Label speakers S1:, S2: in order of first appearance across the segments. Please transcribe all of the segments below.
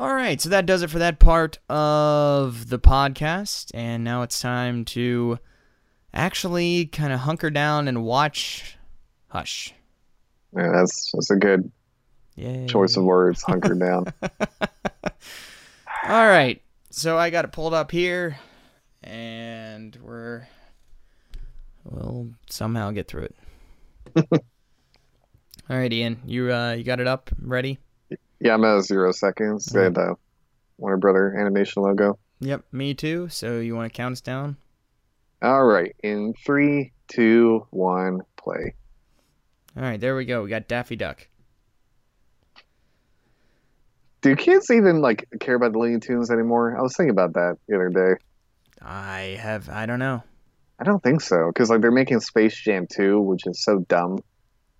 S1: All right, so that does it for that part of the podcast. And now it's time to actually kind of hunker down and watch Hush.
S2: Yeah, that's that's a good
S1: Yay.
S2: choice of words. Hunker down.
S1: All right. So I got it pulled up here, and we're we'll somehow get through it. All right, Ian, you uh, you got it up, ready?
S2: Yeah, I'm at zero seconds. They had the Warner Brother animation logo.
S1: Yep, me too. So you want to count us down?
S2: All right, in three, two, one, play.
S1: All right, there we go. We got Daffy Duck.
S2: Do kids even like care about the Looney Tunes anymore? I was thinking about that the other day.
S1: I have I don't know.
S2: I don't think so, because like they're making Space Jam 2, which is so dumb.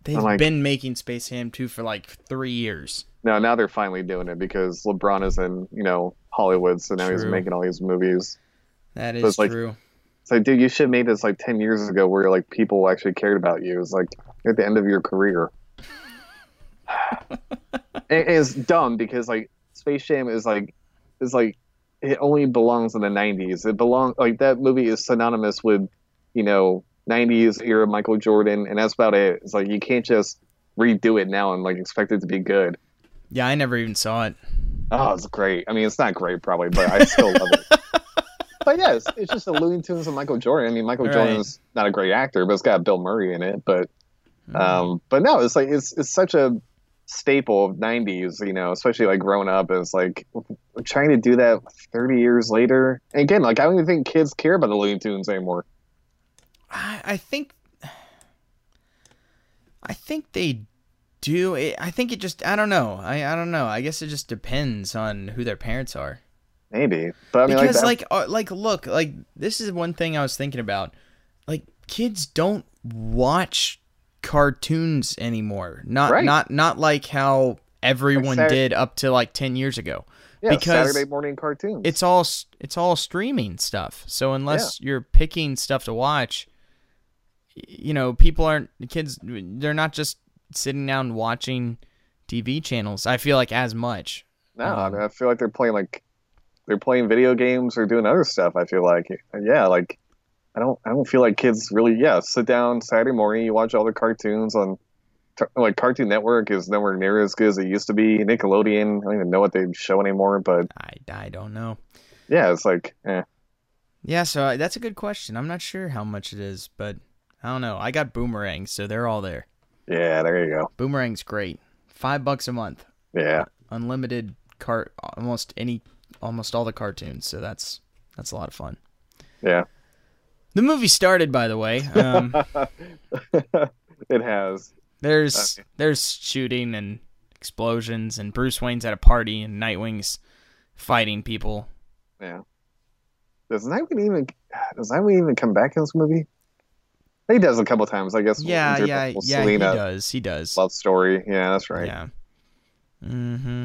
S1: They've
S2: I'm like-
S1: been making Space Jam 2 for like three years.
S2: No, now they're finally doing it because LeBron is in, you know, Hollywood, so now he's
S1: True.
S2: making all these movies.
S1: That
S2: So
S1: is
S2: it's like-
S1: true.
S2: It's like, dude, you should have made this like ten years ago, where like people actually cared about you. It's like you're at the end of your career. it is dumb because like Space Jam is like is like it only belongs in the '90s. It belong like that movie is synonymous with you know '90s era Michael Jordan, and that's about it. It's like you can't just redo it now and like expect it to be good.
S1: Yeah, I never even saw it.
S2: Oh, it's great. I mean, it's not great probably, but I still love it. But yes, it's just the Looney Tunes and Michael Jordan. I mean, Michael
S1: Right.
S2: Jordan's not a great actor, but it's got Bill Murray in it. But
S1: Mm-hmm.
S2: um, but no, it's like it's it's such a staple of '90s, you know, especially like growing up. And it's like we're trying to do that 30 years later. And again, like I don't even think kids care about the Looney Tunes anymore.
S1: I, I think I think they do. It, I think it just I don't know. I I don't know. I guess it just depends on who their parents are.
S2: Maybe, but I mean,
S1: because
S2: like,
S1: like uh, like look, like this is one thing I was thinking about. Like kids don't watch cartoons anymore. Not
S2: Right.
S1: not not like how everyone
S2: Saturday-
S1: did up to like 10 years ago.
S2: yeah,
S1: because
S2: Saturday morning cartoons.
S1: It's all s- it's all streaming stuff. So unless you're picking stuff to watch, y- you know, people aren't kids they're not just sitting down and watching TV channels. I feel like as much.
S2: No,
S1: Um,
S2: I mean, I feel like they're playing like they're playing video games or doing other stuff. I feel like, And yeah, like I don't, I don't feel like kids really, yeah, sit down Saturday morning, you watch all the cartoons on, tar- like Cartoon Network is nowhere near as good as it used to be. Nickelodeon, I don't even know what they show anymore, but
S1: I I don't know.
S2: yeah, it's like, eh.
S1: Yeah, so I, that's a good question. I'm not sure how much it is, but I don't know. I got Boomerang, so they're all there.
S2: yeah, there you go,
S1: Boomerang's great. 5 bucks a month.
S2: yeah,
S1: Unlimited cart almost any almost all the cartoons, so that's that's a lot of fun.
S2: yeah,
S1: The movie started by the way. Um
S2: it has.
S1: There's there's shooting and explosions and Bruce Wayne's at a party and Nightwing's fighting people.
S2: Yeah. Does Nightwing even does Nightwing even come back in this movie? He does a couple times, I guess.
S1: Yeah,
S2: with
S1: yeah, yeah. He
S2: Selena
S1: does. He does.
S2: love story. Yeah, that's uh, right.
S1: Yeah. Mm-hmm.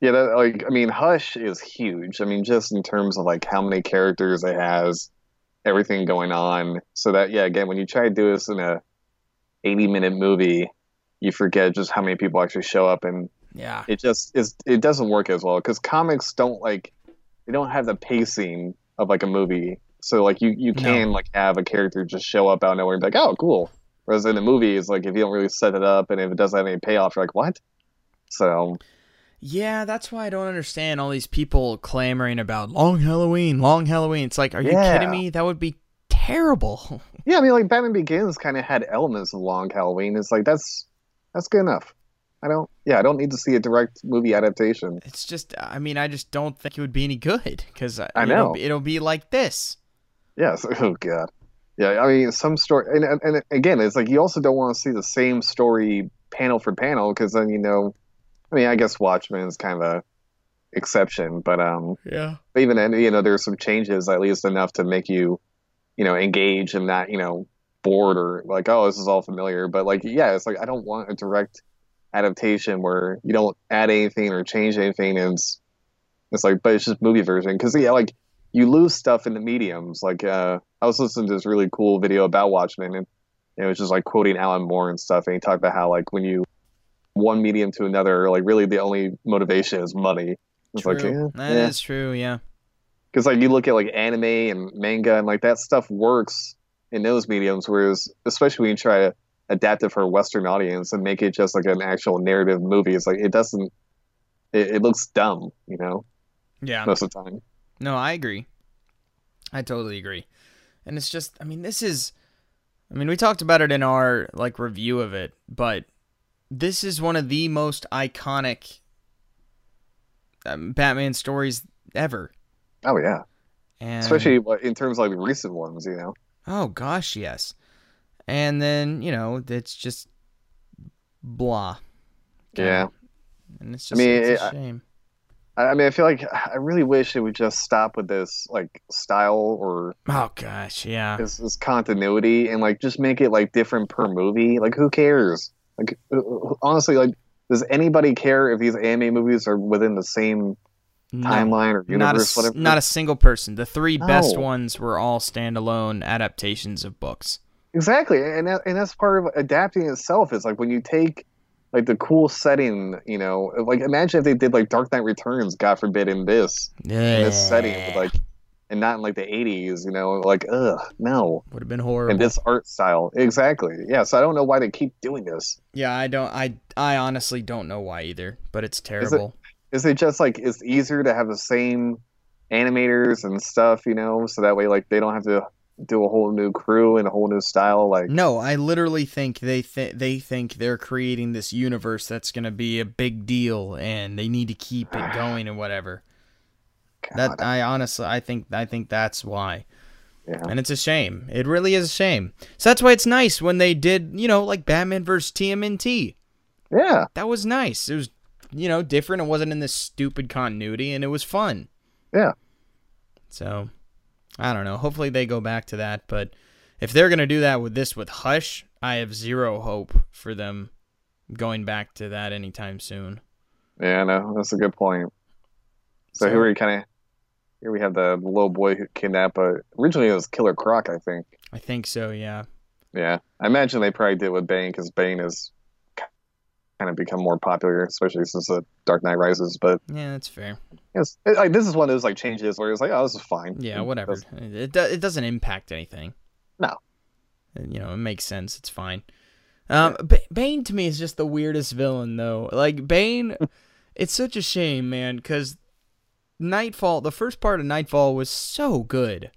S2: Yeah, that, like I mean, Hush is huge. I mean, just in terms of like how many characters it has, everything going on. So that yeah, again, when you try to do this in a eighty-minute movie, you forget just how many people actually show up, and
S1: Yeah.
S2: it just is it doesn't work as well because comics don't like they don't have the pacing of like a movie. So like you you
S1: No.
S2: can like have a character just show up out of nowhere and be like, oh, cool. Whereas in a movie, it's like if you don't really set it up and if it doesn't have any payoff, you're like, what? So
S1: Yeah, that's why I don't understand all these people clamoring about long Halloween, long Halloween. It's like, are you
S2: Yeah.
S1: kidding me? That would be terrible.
S2: Yeah, I mean, like Batman Begins kind of had elements of Long Halloween. It's like that's that's good enough. I don't. Yeah, I don't need to see a direct movie adaptation.
S1: It's just, I mean, I just don't think it would be any good because
S2: I know.
S1: it'll, it'll be like this.
S2: Yes. Oh god. Yeah. I mean, some story, and and, and again, it's like you also don't want to see the same story panel for panel because then you know, I mean, I guess Watchmen is kind of a exception, but um,
S1: Yeah.
S2: but even then, you know, there's some changes at least enough to make you, you know, engage and not, you know, bored or like, oh, this is all familiar. But like, yeah, it's like I don't want a direct adaptation where you don't add anything or change anything. And it's, it's like, but it's just movie version because yeah, like you lose stuff in the mediums. Like uh, I was listening to this really cool video about Watchmen and. and It was just like quoting Alan Moore and stuff, and he talked about how like when you one medium to another, like really the only motivation is money. It's
S1: True. Eh,
S2: like yeah,
S1: That
S2: yeah.
S1: is true. Yeah.
S2: because like you look at like anime and manga and like that stuff works in those mediums whereas especially when you try to adapt it for a western audience and make it just like an actual narrative movie it's like it doesn't it, it looks dumb you know
S1: Yeah.
S2: most of the time
S1: No, I agree. I totally agree. And it's just, I mean, this is, I mean, we talked about it in our like review of it, but this is one of the most iconic um, Batman stories ever.
S2: oh yeah
S1: And
S2: especially like, in terms of like recent ones you know
S1: oh gosh, yes. And then you know it's just blah.
S2: yeah
S1: And it's
S2: I
S1: just
S2: mean,
S1: it's a
S2: it-
S1: shame.
S2: I, I mean i feel like i really wish it would just stop with this like style or
S1: Oh gosh, yeah.
S2: this, this continuity and like just make it like different per movie. Like who cares? Like uh, uh, honestly, like does anybody care if these anime movies are within the same
S1: No.
S2: timeline or
S1: not a,
S2: universe?
S1: s-
S2: whatever. Oh.
S1: not a single person. The three best
S2: No.
S1: ones were all standalone adaptations of books.
S2: exactly, and that, and that's part of adapting itself. Is like when you take like the cool setting, you know, like imagine if they did like Dark Knight Returns, God forbid, in this in
S1: Yeah,
S2: this setting, but, like and not in like the '80s, you know, like ugh, no.
S1: would have been horrible.
S2: And this art style, exactly. Yeah, so I don't know why they keep doing this.
S1: yeah, I don't. I I honestly don't know why either, but it's terrible.
S2: is it just like it's easier to have the same animators and stuff you know so that way like they don't have to do a whole new crew and a whole new style like
S1: No, I literally think they th- they think they're creating this universe that's gonna be a big deal, and they need to keep it going and whatever. That
S2: God,
S1: I honestly, I think I think that's why.
S2: Yeah.
S1: And it's a shame. It really is a shame. So that's why it's nice when they did, you know, like Batman versus TMNT.
S2: yeah
S1: that was nice. It was, you know, different. It wasn't in this stupid continuity, and it was fun.
S2: Yeah.
S1: So, I don't know. Hopefully they go back to that, but if they're gonna do that with this with Hush, I have zero hope for them going back to that anytime soon.
S2: yeah no that's a good point so,
S1: So-
S2: here we kind of here we have the little boy who kidnapped but originally it was killer croc i think
S1: I think so. Yeah.
S2: yeah i imagine they probably did with bane because bane has kind of become more popular especially since the dark knight rises but
S1: Yeah, that's fair.
S2: it's, it, like this is one of those like changes where it's like oh this is fine
S1: Yeah,
S2: It
S1: whatever.
S2: doesn't-
S1: It it do- it doesn't impact anything.
S2: No.
S1: And, You know, it makes sense. It's fine. Um, B- Bane to me is just the weirdest villain though. Like Bane, it's such a shame, man, because Nightfall, the first part of Nightfall was so good.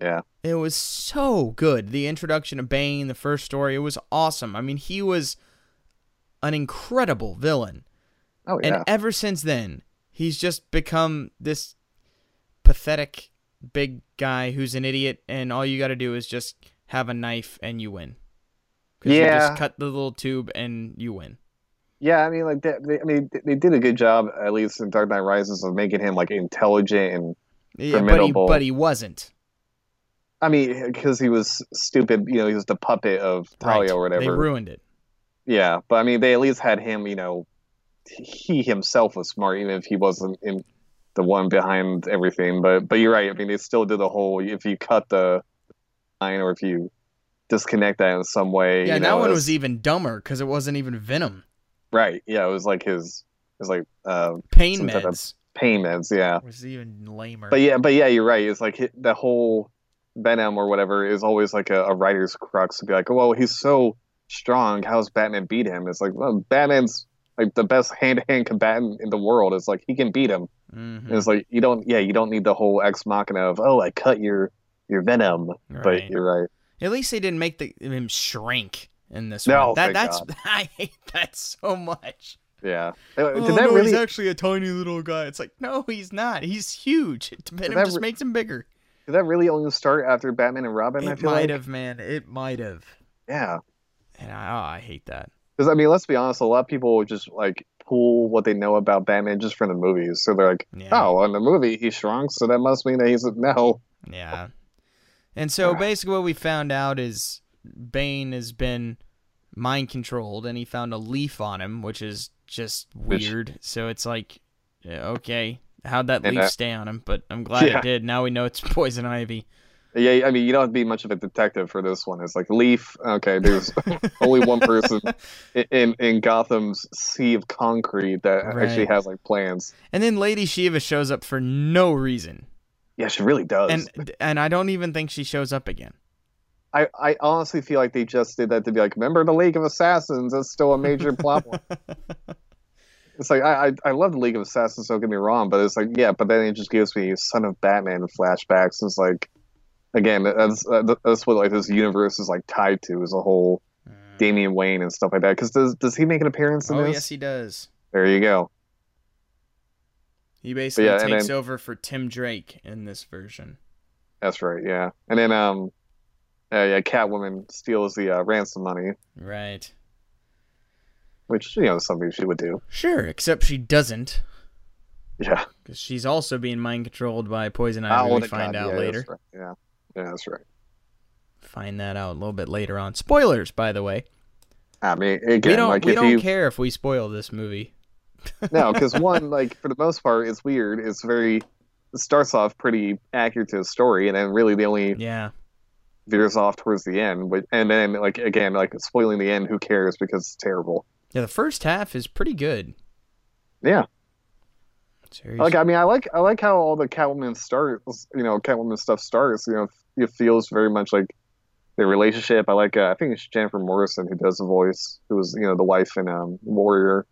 S2: yeah
S1: It was so good. The introduction of Bane, the first story, it was awesome. I mean, he was an incredible villain.
S2: oh yeah
S1: And ever since then, he's just become this pathetic big guy who's an idiot, and all you got to do is just have a knife and you win. 'Cause you
S2: Yeah.
S1: just cut the little tube and you win.
S2: Yeah, I mean, like they, they, I mean, they- they did a good job, at least in Dark Knight Rises, of making him like intelligent and
S1: Yeah, but he,
S2: Formidable.
S1: but he wasn't.
S2: I mean, because he was stupid, you know, he was the puppet of Talia
S1: Right.
S2: or
S1: They
S2: Oh, whatever.
S1: ruined it.
S2: yeah, but I mean, they at least had him, you know, he himself was smart, even if he wasn't in the one behind everything. But but you're right. I mean, they still did the whole if you cut the line or if you disconnect that in some way.
S1: Yeah,
S2: you
S1: that
S2: know,
S1: one
S2: it's-
S1: was even dumber because it wasn't even venom.
S2: right. Yeah, it was like his, it was like uh,
S1: Pain
S2: Some type of-
S1: meds
S2: payments. Yeah.
S1: was even lamer.
S2: But yeah, but yeah, you're right. It's like hi- the whole Venom or whatever is always like a, a writer's crux to be like, well, he's so strong. How's Batman beat him? It's like, well, Batman's like the best hand to hand combatant in the world. It's like he can beat him.
S1: Mhm,
S2: And it's like you don't, yeah, you don't need the whole ex machina of oh, I cut your your Venom. But
S1: right.
S2: you're right.
S1: At least they didn't make the him shrink in this
S2: No,
S1: one. That,
S2: thank
S1: that's I hate that so much.
S2: Yeah. Uh, Did
S1: oh,
S2: that
S1: no,
S2: really?
S1: he's actually a tiny little guy. It's like, no, he's not. He's huge. It Venom
S2: that
S1: just
S2: re-
S1: makes him bigger.
S2: Did that really only start after Batman and Robin? I
S1: It
S2: feel
S1: might
S2: like.
S1: have, man. It might have.
S2: Yeah.
S1: And I, oh, I hate that.
S2: Because I mean, let's be honest. A lot of people just like pull what they know about Batman just from the movies. So they're like.
S1: Yeah.
S2: Oh, in the movie he shrunk, so that must mean that he's a no.
S1: Yeah. And so
S2: Ah.
S1: basically, what we found out is Bane has been mind controlled, and he found a leaf on him, which is just
S2: Which-
S1: weird. so it's like, yeah, okay, how'd that
S2: And,
S1: leaf
S2: uh,
S1: stay on him? But I'm glad
S2: Yeah.
S1: it did. Now we know it's poison ivy.
S2: Yeah, I mean, you don't have to be much of a detective for this one. It's like Leaf. Okay, there's only one person in in Gotham's sea of concrete that
S1: Right.
S2: actually has like plans.
S1: And then Lady Shiva shows up for no reason,
S2: Yeah, she really does.
S1: and and I don't even think she shows up again.
S2: I, I honestly feel like they just did that to be like, remember the League of Assassins? That's still a major plot point. It's like I, I I love the League of Assassins. Don't get me wrong, but it's like yeah, but then it just gives me Son of Batman flashbacks. It's like again, that's uh, that's what like this universe is like tied to is a whole Damian Wayne and stuff like that. Because does does he make an appearance in
S1: Oh
S2: this?
S1: yes, he does.
S2: There you go.
S1: He basically
S2: yeah, and
S1: takes
S2: then-
S1: over for Tim Drake in this version.
S2: That's right. Yeah, and then um, uh, yeah, Catwoman steals the uh, ransom money,
S1: Right.
S2: which you know something she would do.
S1: Sure, except she doesn't,
S2: Yeah.
S1: because she's also being mind controlled by Poison Ivy.
S2: Oh,
S1: we
S2: the
S1: find
S2: God,
S1: out
S2: yeah,
S1: later.
S2: that's right. Yeah, yeah, that's right.
S1: Find that out a little bit later on. Spoilers, by the way.
S2: I mean, again,
S1: we don't
S2: like
S1: we
S2: if
S1: don't
S2: you
S1: care if we spoil this movie.
S2: no, because one, like for the most part, it's weird. It's very it starts off pretty accurate to the story, and then really the only
S1: Yeah.
S2: veers off towards the end. But and then like again, like spoiling the end, who cares? Because it's terrible.
S1: Yeah, the first half is pretty good.
S2: Yeah,
S1: Seriously.
S2: like I mean, I like I like how all the Catwoman starts. You know, Catwoman stuff starts. You know, it feels very much like their relationship. I like uh, I think it's Jennifer Morrison who does the voice, who was you know the wife in um, Warrior.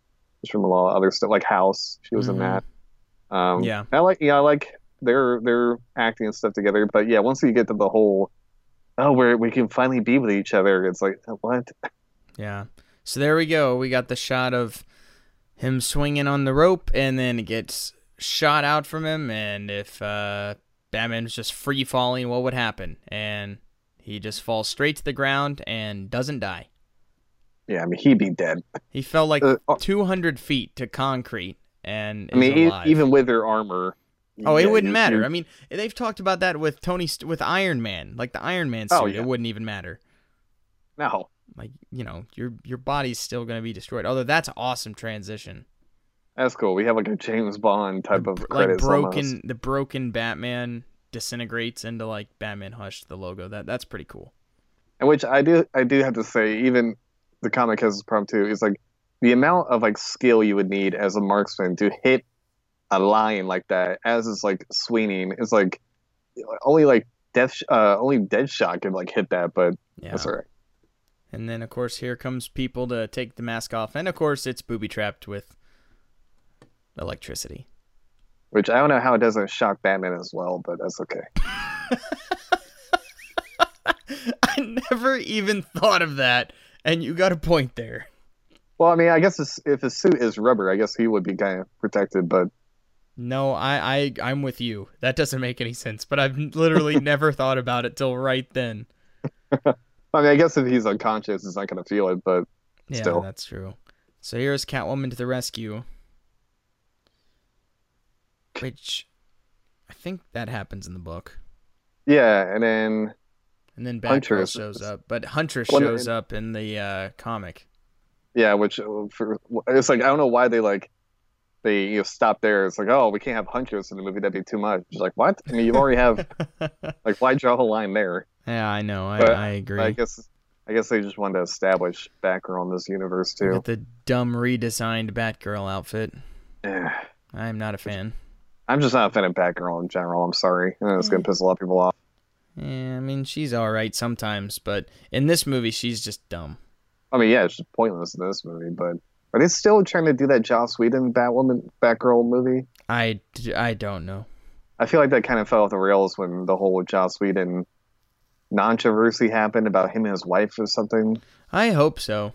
S2: She's from a lot of other stuff like House. She was
S1: Mhm.
S2: in that. Um,
S1: Yeah.
S2: I like yeah, I like their their acting and stuff together. But yeah, once you get to the whole oh, where we can finally be with each other, it's like uh, what?
S1: Yeah. So there we go. We got the shot of him swinging on the rope, and then it gets shot out from him. And if uh, Batman was just free falling, what would happen? And he just falls straight to the ground and doesn't die.
S2: Yeah, I mean he'd be dead.
S1: He fell like
S2: Uh, uh,
S1: 200 feet to concrete and
S2: I mean
S1: is
S2: e-
S1: alive.
S2: even with their armor.
S1: Oh, it
S2: yeah,
S1: wouldn't
S2: you-
S1: matter.
S2: you-
S1: I mean, they've talked about that with Tony St- with Iron Man, like the Iron Man suit.
S2: Oh, yeah.
S1: It wouldn't even matter.
S2: no,
S1: Like you know, your your body's still gonna be destroyed. Although that's awesome transition.
S2: that's cool. We have like a James Bond type of
S1: like
S2: credits
S1: broken
S2: almost.
S1: the broken Batman disintegrates into like Batman Hush the logo. That that's pretty cool.
S2: And which I do I do have to say, even the comic has this problem too, is like the amount of like skill you would need as a marksman to hit a lion like that as it's like swinging is like only like death uh only Deadshot can like hit that, but
S1: Yeah.
S2: that's all right.
S1: And then of course here comes people to take the mask off, and of course it's booby trapped with electricity.
S2: Which I don't know how it doesn't shock Batman as well, but that's okay.
S1: I never even thought of that, and you got a point there.
S2: Well, I mean, I guess it's, if his suit is rubber, I guess he would be kind of protected. But
S1: No, I, I I'm with you. That doesn't make any sense, but I've literally never thought about it till right then.
S2: I mean, I guess if he's unconscious, he's not gonna feel it. But
S1: Yeah,
S2: Still.
S1: that's true. So here's Catwoman to the rescue. Which I think that happens in the book.
S2: yeah, and then
S1: And then
S2: Hunter
S1: Batgirl
S2: is-
S1: shows up, but Huntress
S2: Well,
S1: shows
S2: and-
S1: up in the uh, comic.
S2: Yeah, which uh, for, it's like I don't know why they like they you know, stop there. It's like oh we can't have hunters in the movie. That'd be too much. It's like what? I mean you already have like why draw a line there?
S1: Yeah, I know. I,
S2: But
S1: I agree.
S2: I guess I guess they just wanted to establish Batgirl in this universe
S1: Look
S2: too.
S1: at the dumb redesigned Batgirl outfit.
S2: Eh.
S1: I'm not a fan.
S2: I'm just not a fan of Batgirl in general. I'm sorry. I know it's gonna piss a lot of people off.
S1: Yeah, I mean she's all right sometimes, but in this movie she's just dumb.
S2: I mean yeah, it's just pointless in this movie. But are they still trying to do that Joss Whedon Batwoman Batgirl movie?
S1: I, d- I don't know.
S2: I feel like that kind of fell off the rails when the whole Joss Whedon controversy happened about him and his wife or something.
S1: I hope so.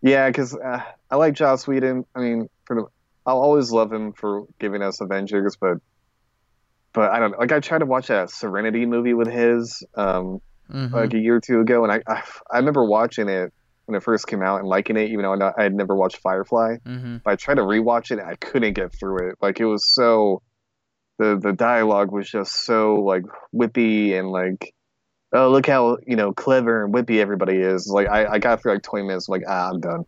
S2: Yeah, because uh, I like Joss Whedon. I mean, for the, I'll always love him for giving us Avengers, but but I don't know. Like I tried to watch that Serenity movie with his um,
S1: Mhm.
S2: like a year or two ago, and I, I I remember watching it when it first came out and liking it, even though I not- I had never watched Firefly.
S1: mm-hmm.
S2: But I tried to rewatch it, and I couldn't get through it. Like it was so the the dialogue was just so like whippy and like. Oh, look how you know clever and whippy everybody is! Like I, I got through like twenty minutes. Like ah, I'm done.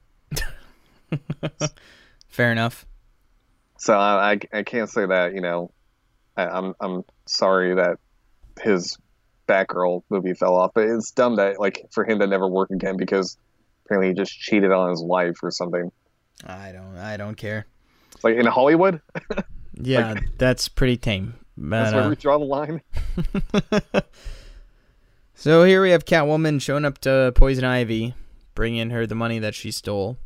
S1: Fair enough.
S2: So I, I, I can't say that you know I, I'm I'm sorry that his Batgirl movie fell off. But it's dumb that like for him to never work again because apparently he just cheated on his wife or something.
S1: I don't. I don't care.
S2: It's like in Hollywood.
S1: Yeah, that's pretty tame. But,
S2: That's where
S1: uh,
S2: we draw the line.
S1: so here we have Catwoman showing up to Poison Ivy, bringing her the money that she stole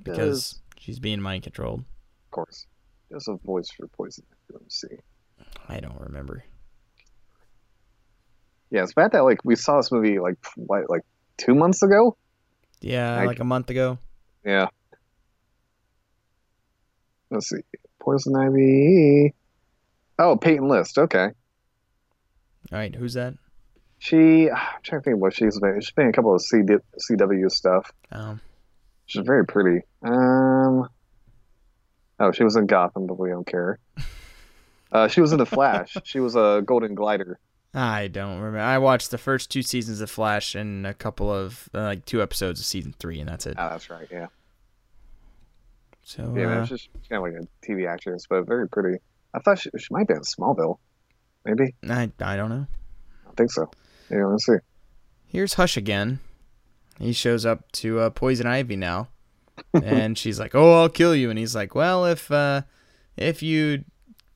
S1: because
S2: Yes,
S1: she's being mind controlled.
S2: of course, there's a voice for poison. Let me see.
S1: I don't remember.
S2: Yeah, it's bad that like we saw this movie like what, like two months ago.
S1: Yeah,
S2: I-
S1: like a month ago.
S2: Yeah. Let's see. Poison Ivy. Oh, Peyton List. Okay.
S1: All right, who's that?
S2: She. I'm trying to think what she's been. She's been in a couple of CD, CW stuff.
S1: Um,
S2: She's very pretty. Um. Oh, she was in Gotham, but we don't care. Uh, she was in The Flash. she was a Golden Glider.
S1: I don't remember. I watched the first two seasons of Flash and a couple of uh, like two episodes of season three, and that's it.
S2: Oh, that's right. Yeah.
S1: So
S2: Yeah, man,
S1: uh,
S2: she's she's kind of like a TV actress, but very pretty. I thought she, she might be in Smallville. Maybe.
S1: I I don't know.
S2: I don't think so. Yeah, let's see.
S1: here's Hush again. He shows up to uh, Poison Ivy now, and she's like, "Oh, I'll kill you," and he's like, "Well, if uh, if you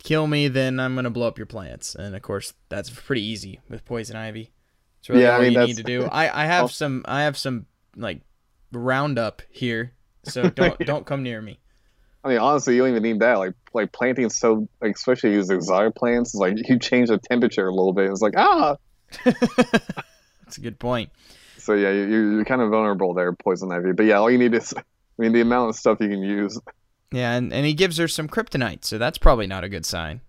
S1: kill me, then I'm gonna blow up your plants." And of course, that's pretty easy with Poison Ivy. It's really
S2: Yeah, I
S1: all
S2: mean,
S1: you need
S2: that's-
S1: to do. I I have some I have some like roundup here, so don't don't come near me.
S2: I mean, honestly, you don't even need that. Like, like planting so, like, especially these exotic plants, is like you change the temperature a little bit. It's like ah.
S1: That's a good point.
S2: So yeah, you- you're you're kind of vulnerable there, poison ivy. But yeah, all you need is, I mean, the amount of stuff you can use.
S1: Yeah, and, and he gives her some kryptonite, so that's probably not a good sign.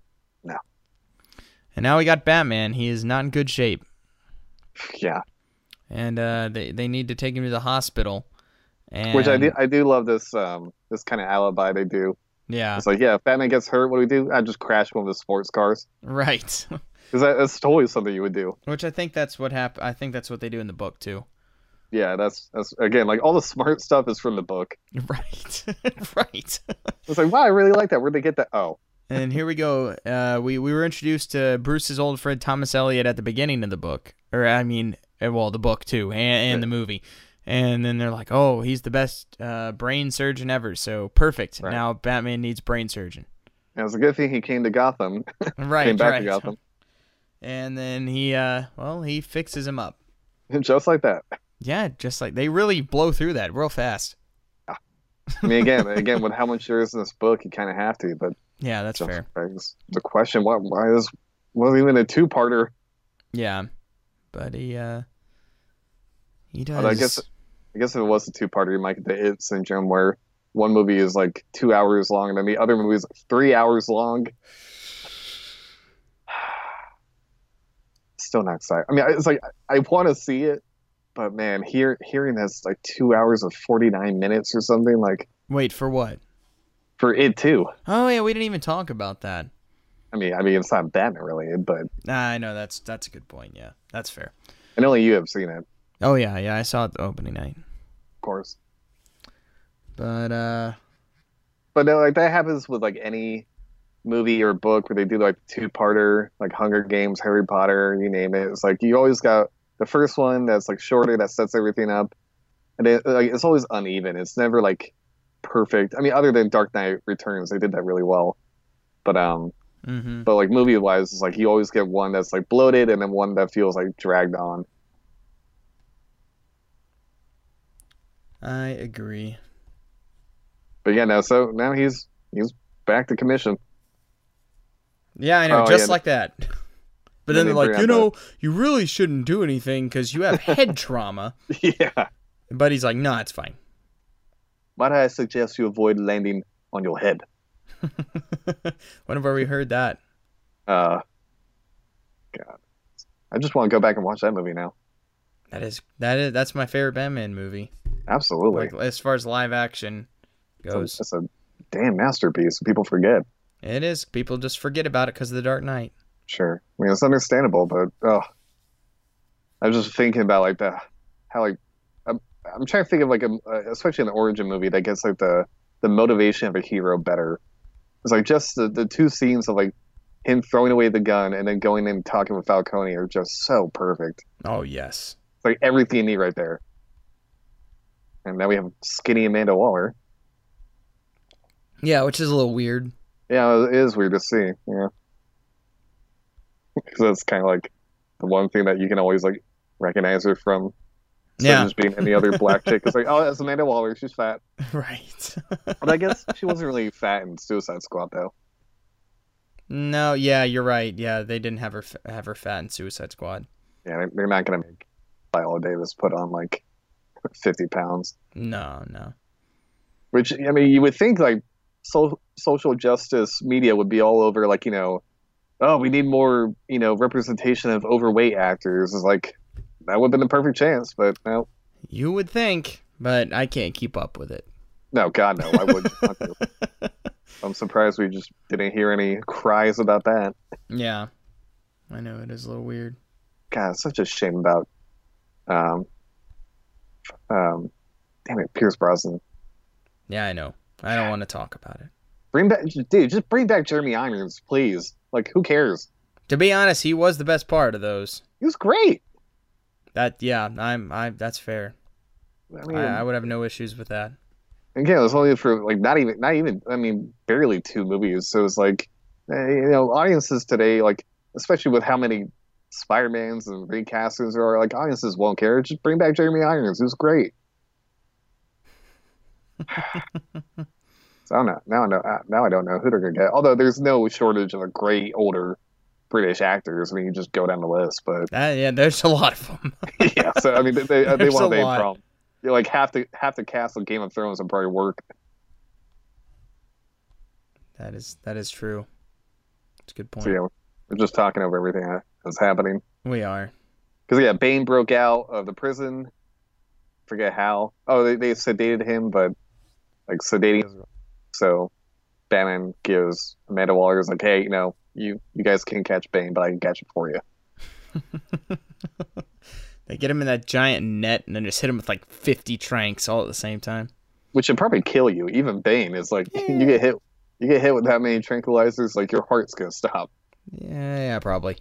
S2: No.
S1: And now we got Batman. He is not in good shape.
S2: Yeah,
S1: and uh, they they need to take him to the hospital. And,
S2: which I do, I do love this, um, this kind of alibi they do.
S1: Uh-huh. Yeah,
S2: It's like, yeah, if Batman gets hurt, what do we do? I just crash one of the sports cars.
S1: right.
S2: Because that, that's totally something you would do.
S1: Which I think that's what hap- I think that's what they do in the book too.
S2: Yeah, that's that's again like all the smart stuff is from the book.
S1: Right, right.
S2: It's like, wow, I really like that. Where'd they get that? Oh,
S1: and here we go. Uh, we we were introduced to Bruce's old friend Thomas Elliot at the beginning of the book, or I mean, eh, well, the book too, and, and the movie. And then they're like, "Oh, he's the best uh, brain surgeon ever." So perfect.
S2: Right.
S1: Now Batman needs brain surgeon.
S2: and it's a good thing he came to Gotham.
S1: Right,
S2: came back
S1: right.
S2: to Gotham
S1: And then he, uh, well, he fixes him up.
S2: just like that.
S1: Yeah, just like they really blow through that real fast.
S2: I mean, again, again, with how much there is in this book, you kind of have to. But
S1: Yeah, that's
S2: just
S1: fair.
S2: begs the question: Why, why is was even a two-parter?
S1: Yeah, but he uh, he does.
S2: Although I guess- I guess if it was a two-parter, you might get the it syndrome, where one movie is like two hours long, and then the other movie is like three hours long. Still not excited. I mean, I- it's like I want to see it, but man, hear, hearing that's like two hours of forty-nine minutes or something like
S1: Wait for what?
S2: for it too.
S1: Oh yeah, we didn't even talk about that.
S2: I mean, I mean, it's not Batman related, but
S1: Nah, I know that's that's a good point. Yeah, that's fair.
S2: and only you have seen it, of
S1: Oh yeah, yeah, I saw it the opening night.
S2: course.
S1: But uh,
S2: But no, like that happens with like any movie or book where they do like two parter, like Hunger Games, Harry Potter, you name it. It's like you always got the first one that's like shorter that sets everything up, and it, like it's always uneven. It's never like perfect. I mean, other than Dark Knight Returns, they did that really well. But um,
S1: mm-hmm.
S2: but like movie wise, it's like you always get one that's like bloated and then one that feels like dragged on.
S1: I agree.
S2: But yeah, no. So now he's he's back to commission.
S1: Yeah, I know,
S2: Oh,
S1: just
S2: yeah.
S1: like that. But
S2: And
S1: then
S2: they
S1: they're like,
S2: bring
S1: you
S2: out
S1: know, you really shouldn't do anything because you have head trauma.
S2: yeah.
S1: But he's like, nah, it's fine.
S2: Might I suggest you avoid landing on your head?
S1: when have we heard that?
S2: Uh, God, I just want to go back and watch that movie now.
S1: That is that is that's my favorite Batman movie.
S2: Absolutely,
S1: Like as far as live action goes,
S2: it's, a, it's a damn masterpiece. People forget.
S1: it is. People just forget about it because of the Dark Knight.
S2: Sure, I mean it's understandable, but oh, I was just thinking about like the how like I'm, I'm trying to think of like a uh, especially an origin movie that gets like the the motivation of a hero better. It's like just the, the two scenes of like him throwing away the gun and then going and talking with Falcone are just so perfect.
S3: Oh yes.
S2: It's like everything you need E right there. And now we have skinny Amanda Waller.
S1: Yeah, which is a little weird.
S2: Yeah, it is weird to see. Yeah, because that's kind of like the one thing that you can always like recognize her from. instead of
S1: Yeah.
S2: just being any other black chick. It's like, oh, that's Amanda Waller. She's fat.
S1: Right.
S2: But I guess she wasn't really fat in Suicide Squad though.
S1: no, yeah, you're right. Yeah, they didn't have her f- have her fat in Suicide Squad.
S2: Yeah, they- they're not gonna make Viola Davis put on like fifty pounds.
S1: No, no.
S2: Which I mean, you would think like so- social justice media would be all over like you know, oh, we need more you know representation of overweight actors. Is like that would have been the perfect chance, but no,
S1: You would think, but I can't keep up with it.
S2: no, God no, I would. not do. I'm surprised we just didn't hear any cries about that.
S1: Yeah. I know it is a little weird.
S2: God, it's such a shame about um, um, damn it, Pierce Brosnan.
S1: Yeah, I know. I don't want to talk about it.
S2: Bring back, dude, just bring back Jeremy Irons, please. Like, who cares?
S1: To be honest, he was the best part of those.
S2: He was great.
S1: That yeah, I'm I that's fair.
S2: I
S1: I,
S2: mean,
S1: I would have no issues with that.
S2: again, it was only for like not even, not even. I mean, barely two movies. So it's like, eh, you know, audiences today, like especially with how many Spider-Mans and recasters there are, like audiences won't care. Just bring back Jeremy Irons. He was great. so I don't know. Now I know. uh, Now I don't know who they're gonna get. Although there's no shortage of like, great older British actors. I mean, you just go down the list, but.
S1: That yeah, there's a lot of them.
S2: yeah, so I mean, they uh, they, they
S1: There's
S2: won't
S1: a
S2: have any
S1: lot.
S2: problem. You're like half the half the cast of Game of Thrones would probably work.
S1: that is that is true. It's a good point.
S2: So yeah, we're just talking over everything that- that's happening.
S1: We are.
S2: Because yeah, Bane broke out of the prison. Forget how. Oh, they, they sedated him, but like sedating. is- So Batman gives Amanda Waller's like, hey, you know, you you guys can catch Bane, but I can catch it for you.
S1: They get him in that giant net and then just hit him with like 50 tranks all at the same time.
S2: Which should probably kill you. Even Bane is like,
S1: Yeah.
S2: you get hit, you get hit with that many tranquilizers, like your heart's gonna stop.
S1: Yeah, yeah, probably.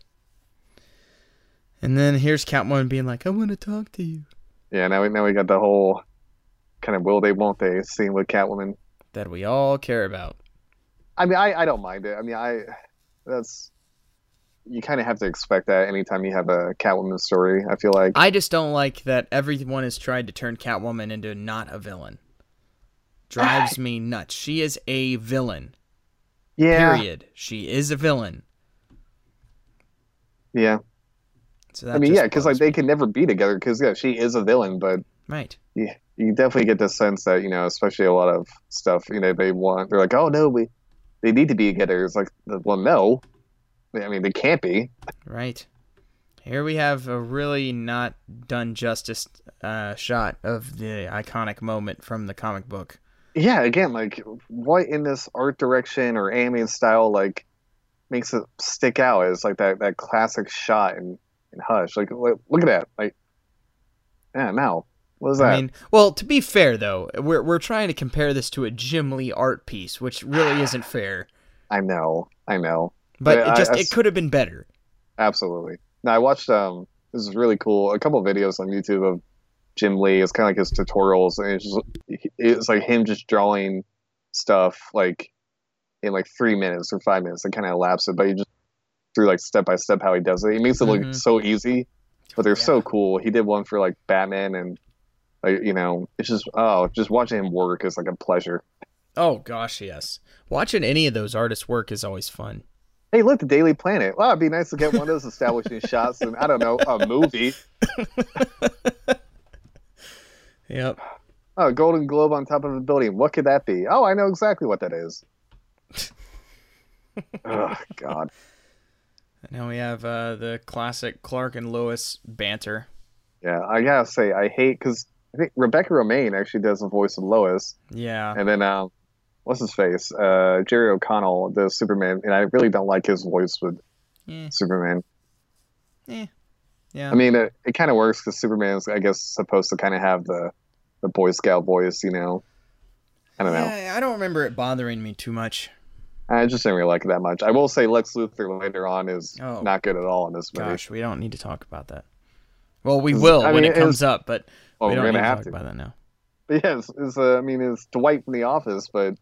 S1: And then here's Catwoman being like, "I want to talk to you."
S2: Yeah, now we now we got the whole kind of will they won't they scene with Catwoman.
S1: That we all care about.
S2: I mean, I, I don't mind it. I mean, I that's you kind of have to expect that anytime you have a Catwoman story. I feel like
S1: I just don't like that everyone has tried to turn Catwoman into not a villain. Drives
S2: Ah.
S1: me nuts. She is a villain.
S2: yeah,
S1: Period. She is a villain.
S2: yeah.
S1: So that
S2: I mean,
S1: just
S2: yeah, because
S1: blows
S2: like they
S1: me.
S2: can never be together because yeah, she is a villain, but
S1: right.
S2: yeah, you definitely get the sense that you know, especially a lot of stuff you know they want. They're like, oh no, we they need to be together. It's like, well, no. I mean, they can't be.
S1: Right. Here we have a really not done justice uh, shot of the iconic moment from the comic book.
S2: yeah again like what in this art direction or anime style like makes it stick out is like that that classic shot in, in hush like look, look at that like yeah no what is that
S1: I mean, well, to be fair though, we're we're trying to compare this to a Jim Lee art piece, which really isn't fair.
S2: i know i know
S1: But
S2: Yeah,
S1: it
S2: I-
S1: just
S2: I
S1: it
S2: s-
S1: could have been better.
S2: absolutely now i watched um this is really cool a couple of videos on youtube of jim lee it's kind of like his tutorials and it's just it's like him just drawing stuff like in like three minutes or five minutes it kind of elapses but he just through like step by step how he does it he makes it look
S1: Mhm.
S2: so easy but they're
S1: Yeah.
S2: so cool he did one for like batman and like you know it's just oh just watching him work is like a pleasure
S1: Oh gosh, yes. Watching any of those artists work is always fun.
S2: hey look the daily planet wow it'd be nice to get one of those establishing shots in i don't know a movie
S1: Yep.
S2: Oh, Golden Globe on top of a building. What could that be? Oh, I know exactly what that is. oh God.
S1: Now we have uh, the classic Clark and Lois banter.
S2: Yeah, I gotta say I hate because I think Rebecca Romaine actually does the voice of Lois,
S1: Yeah.
S2: and then um, what's his face? Uh, Jerry O'Connell does Superman, and I really don't like his voice with
S1: Yeah.
S2: Superman.
S1: Eh, Yeah.
S2: I mean, it, it kind of works because Superman's I guess supposed to kind of have the the Boy Scout voice, you know. I don't know.
S1: Yeah, I don't remember it bothering me too much.
S2: I just didn't really like it that much. I will say Lex Luthor later on is
S1: Oh.
S2: not good at all in this movie.
S1: Gosh, we don't need to talk about that. Well, we
S2: It's-
S1: will
S2: I
S1: when
S2: mean,
S1: it comes
S2: it's-
S1: up, but
S2: well,
S1: we
S2: Oh, we're
S1: don't need
S2: gonna
S1: to
S2: have
S1: talk
S2: to.
S1: about that now.
S2: But yeah, it's, it's uh, I mean, it's Dwight from The Office, but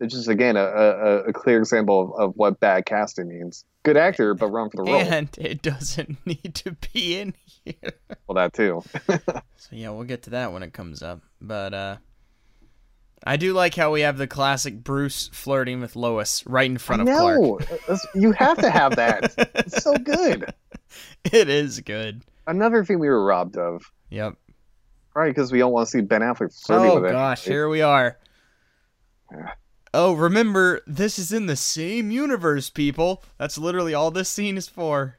S2: it's just again a, a, a clear example of, of what bad casting means. Good actor, but wrong for the role.
S1: And it doesn't need to be in here.
S2: Well, that too.
S1: So yeah, we'll get to that when it comes up. But uh I do like how we have the classic Bruce flirting with Lois right in front of Clark.
S2: no, that's- you have to have that. it's so good.
S1: It is good.
S2: Another thing we were robbed of,
S1: Yep.
S2: right? Because we don't want to see Ben Affleck flirting
S1: Oh
S2: with it.
S1: gosh, here we are.
S2: Yeah.
S1: Oh, remember this is in the same universe, people. That's literally all this scene is for.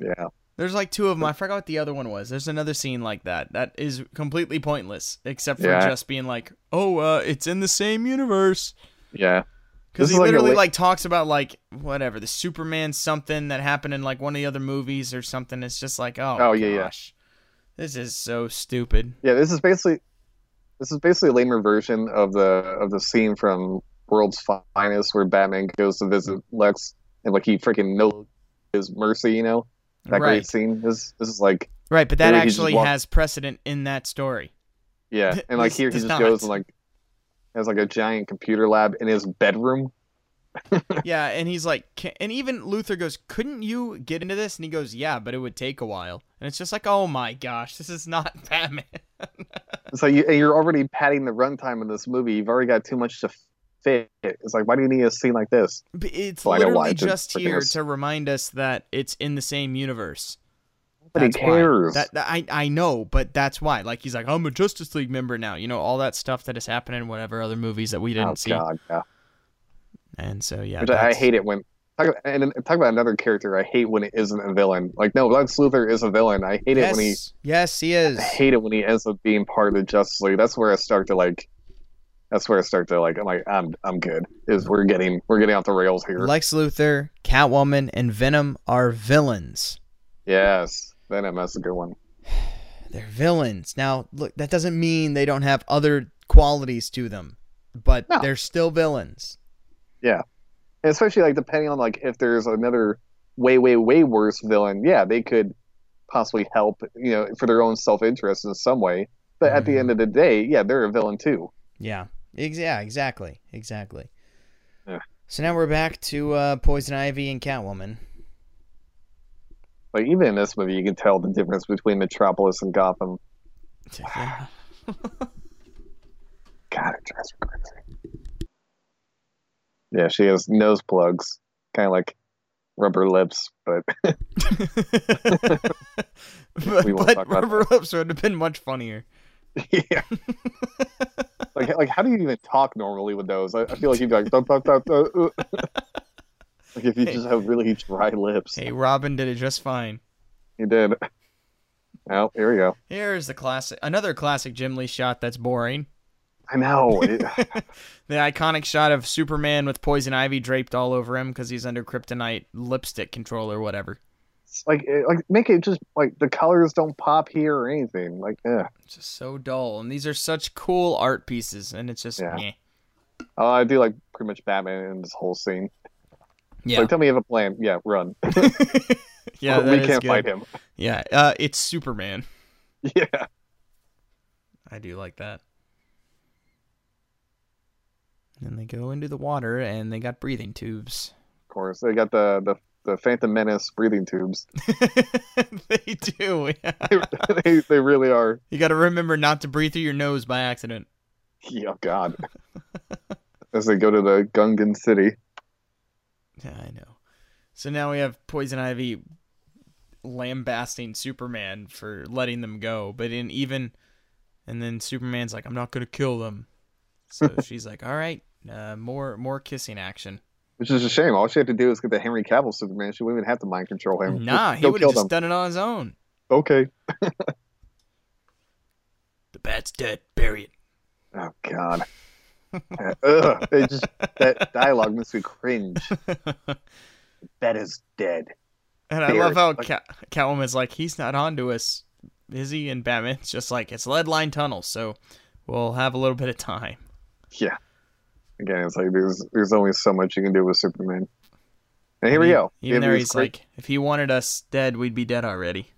S2: Yeah,
S1: There's like two of them. I forgot what the other one was. There's another scene like that. That is completely pointless, except for
S2: Yeah.
S1: just being like, "Oh, uh, it's in the same universe."
S2: yeah.
S1: Because he
S2: This is like a
S1: literally
S2: late-
S1: like talks about like whatever the Superman something that happened in like one of the other movies or something. It's just like oh,
S2: Oh, yeah, yeah.
S1: gosh, this is so stupid.
S2: Yeah, this is basically this is basically a lamer version of the of the scene from World's Finest where Batman goes to visit Lex and like he freaking knows his mercy, you know?
S1: right,
S2: That great scene. This this is like
S1: right, but that
S2: Literally, he just
S1: actually
S2: walked-
S1: has precedent in that story.
S2: yeah. And like
S1: This
S2: here he
S1: does
S2: just
S1: not.
S2: goes and like has like a giant computer lab in his bedroom.
S1: yeah, and he's like, "Ca- and even Luther goes, "Couldn't you get into this?" And he goes, "Yeah, but it would take a while." And it's just like, oh my gosh, this is not Batman.
S2: So you and you're already padding the runtime of this movie. You've already got too much to fit. It's like why do you need a scene like this?
S1: But It's
S2: Well, I know why
S1: literally
S2: it's in
S1: just
S2: freaking
S1: here
S2: this-
S1: to remind us that it's in the same universe.
S2: Nobody
S1: why.
S2: cares.
S1: That, that- I I know, but that's why. Like he's like, I'm a Justice League member now. You know all that stuff that has happened in whatever other movies that we didn't
S2: oh
S1: see.
S2: god, yeah.
S1: And so yeah,
S2: Which I, I
S1: that's-
S2: hate it when talk about, and then talk about another character. I hate when it isn't a villain. Like no, Lex Luthor is a villain. I hate
S1: Yes,
S2: it when he
S1: yes, he is.
S2: I hate it when he ends up being part of the Justice League. That's where I start to like. That's where I start to like. I'm like I'm I'm good. Is we're getting we're getting off the rails here.
S1: Lex Luthor, Catwoman, and Venom are villains.
S2: yes, Venom. That's a good one.
S1: They're villains. Now look, that doesn't mean they don't have other qualities to them, but
S2: No.
S1: they're still villains.
S2: And especially like depending on like if there's another way way way worse villain. Yeah, they could possibly help. You know, for their own self interest in some way. But at
S1: Mhm.
S2: the end of the day, yeah, they're a villain too.
S1: Yeah. Ex- yeah. Exactly. Exactly.
S2: Yeah.
S1: So now we're back to uh, Poison Ivy and Catwoman.
S2: Like even in this movie, you can tell the difference between Metropolis and Gotham.
S1: Yeah.
S2: God, it drives me crazy. Yeah, she has nose plugs, kind of like rubber lips, but
S1: but
S2: We won't
S1: but
S2: talk about
S1: rubber lips would have been much funnier.
S2: yeah. like, like how do you even talk normally with those? I, I feel like you'd be like, "Duh, duh, duh, duh, uh." like if you just have really dry lips.
S1: Hey, Robin did it just fine.
S2: You did. Well, here we go.
S1: Here's the classic, another classic Jim Lee shot that's boring.
S2: I know. It-
S1: The iconic shot of Superman with poison ivy draped all over him because he's under kryptonite lipstick control or whatever.
S2: it's like, it- like make it just like the colors don't pop here or anything. Like, yeah.
S1: It's just so dull, and these are such cool art pieces, and it's just
S2: Yeah.
S1: meh.
S2: Oh, I do like pretty much Batman in this whole scene.
S1: yeah,
S2: Like, tell me you have a plan. Yeah, run.
S1: yeah. that
S2: we
S1: is
S2: can't
S1: good.
S2: fight him.
S1: Yeah, uh, it's Superman.
S2: Yeah.
S1: I do like that. And they go into the water, and they got breathing tubes.
S2: Of course, they got the the, the Phantom Menace breathing tubes.
S1: they do. yeah.
S2: they, they really are.
S1: You got to remember not to breathe through your nose by accident.
S2: Yeah, God. As they go to the Gungan city,
S1: Yeah, I know. So now we have Poison Ivy lambasting Superman for letting them go, but in even, and then Superman's like, "I'm not gonna kill them." So she's like, "All right, uh, more more kissing action."
S2: which is a shame. All she had to do is get the Henry Cavill Superman. She wouldn't even have to mind control him.
S1: Nah,
S2: Just
S1: he
S2: go
S1: would have
S2: kill
S1: just
S2: them.
S1: done it on his own.
S2: Okay.
S1: The bat's dead. Bury it.
S2: Oh God. Ugh, it just that dialogue makes me cringe. That is dead.
S1: And I
S2: Here,
S1: love how
S2: like-
S1: Cat- Catwoman's like, he's not on to us, is he? And Batman's just like, it's lead line tunnel, so we'll have a little bit of time.
S2: Yeah. again, it's like there's there's only so much you can do with Superman. And here we go.
S1: Even
S2: It
S1: though
S2: was
S1: he's
S2: great.
S1: like, if he wanted us dead, we'd be dead already.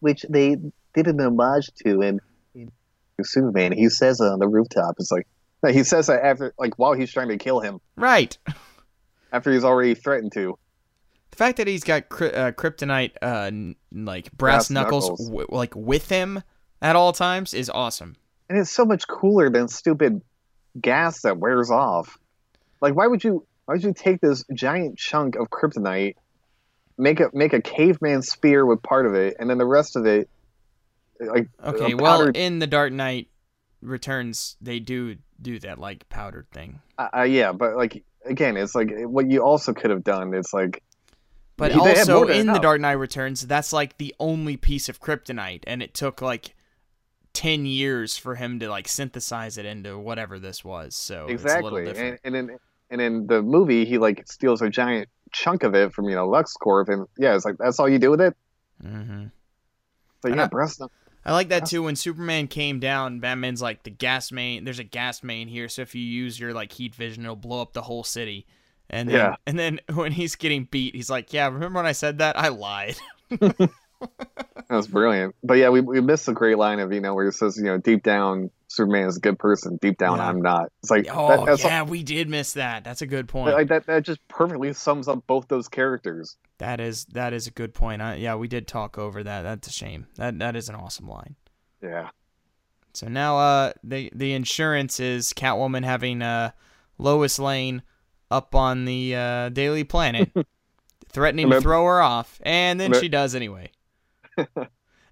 S2: which they did an homage to in, in Superman. He says it on the rooftop. It's like no, he says that after, like while he's trying to kill him,
S1: Right.
S2: after he's already threatened to.
S1: The fact that he's got cry- uh, kryptonite, uh, n- like brass,
S2: Brass
S1: knuckles,
S2: knuckles.
S1: W- like with him at all times is awesome.
S2: And it's so much cooler than stupid gas that wears off. Like why would you? Why would you take this giant chunk of kryptonite, make a make a caveman spear with part of it, and then the rest of it, like
S1: Okay,
S2: a
S1: well,
S2: powdered-
S1: in the Dark Knight Returns, they do do that like powdered thing,
S2: uh, uh, yeah, but like again, it's like what you also could have done. It's like
S1: but
S2: They had
S1: also
S2: more than
S1: in the
S2: enough.
S1: Dark Knight Returns, that's like the only piece of kryptonite, and it took like ten years for him to like synthesize it into whatever this was. So Oh, it's a little
S2: exactly
S1: different.
S2: and and in and in the movie he like steals a giant chunk of it from you know LuxCorp and yeah it's like that's all you do with it
S1: hmm
S2: but
S1: And
S2: yeah
S1: I-
S2: breast knuck-
S1: I like that too. When Superman came down, Batman's like the gas main. There's a gas main here, so if you use your like heat vision, it'll blow up the whole city. And then,
S2: Yeah.
S1: and then when he's getting beat, he's like, "Yeah, remember when I said that? I lied."
S2: that was brilliant but yeah we, we missed the great line of you know where he says you know deep down Superman is a good person deep down
S1: Yeah.
S2: I'm not it's like
S1: Oh
S2: that, that's
S1: yeah, we did miss that. That's a good point.
S2: like that that just perfectly sums up both those characters
S1: that is that is a good point. I, yeah, we did talk over that. That's a shame. That that is an awesome line.
S2: yeah
S1: So now uh the the insurance is Catwoman having uh Lois Lane up on the uh, Daily Planet, threatening to
S2: Remember-
S1: throw her off, and then
S2: Remember-
S1: she does anyway.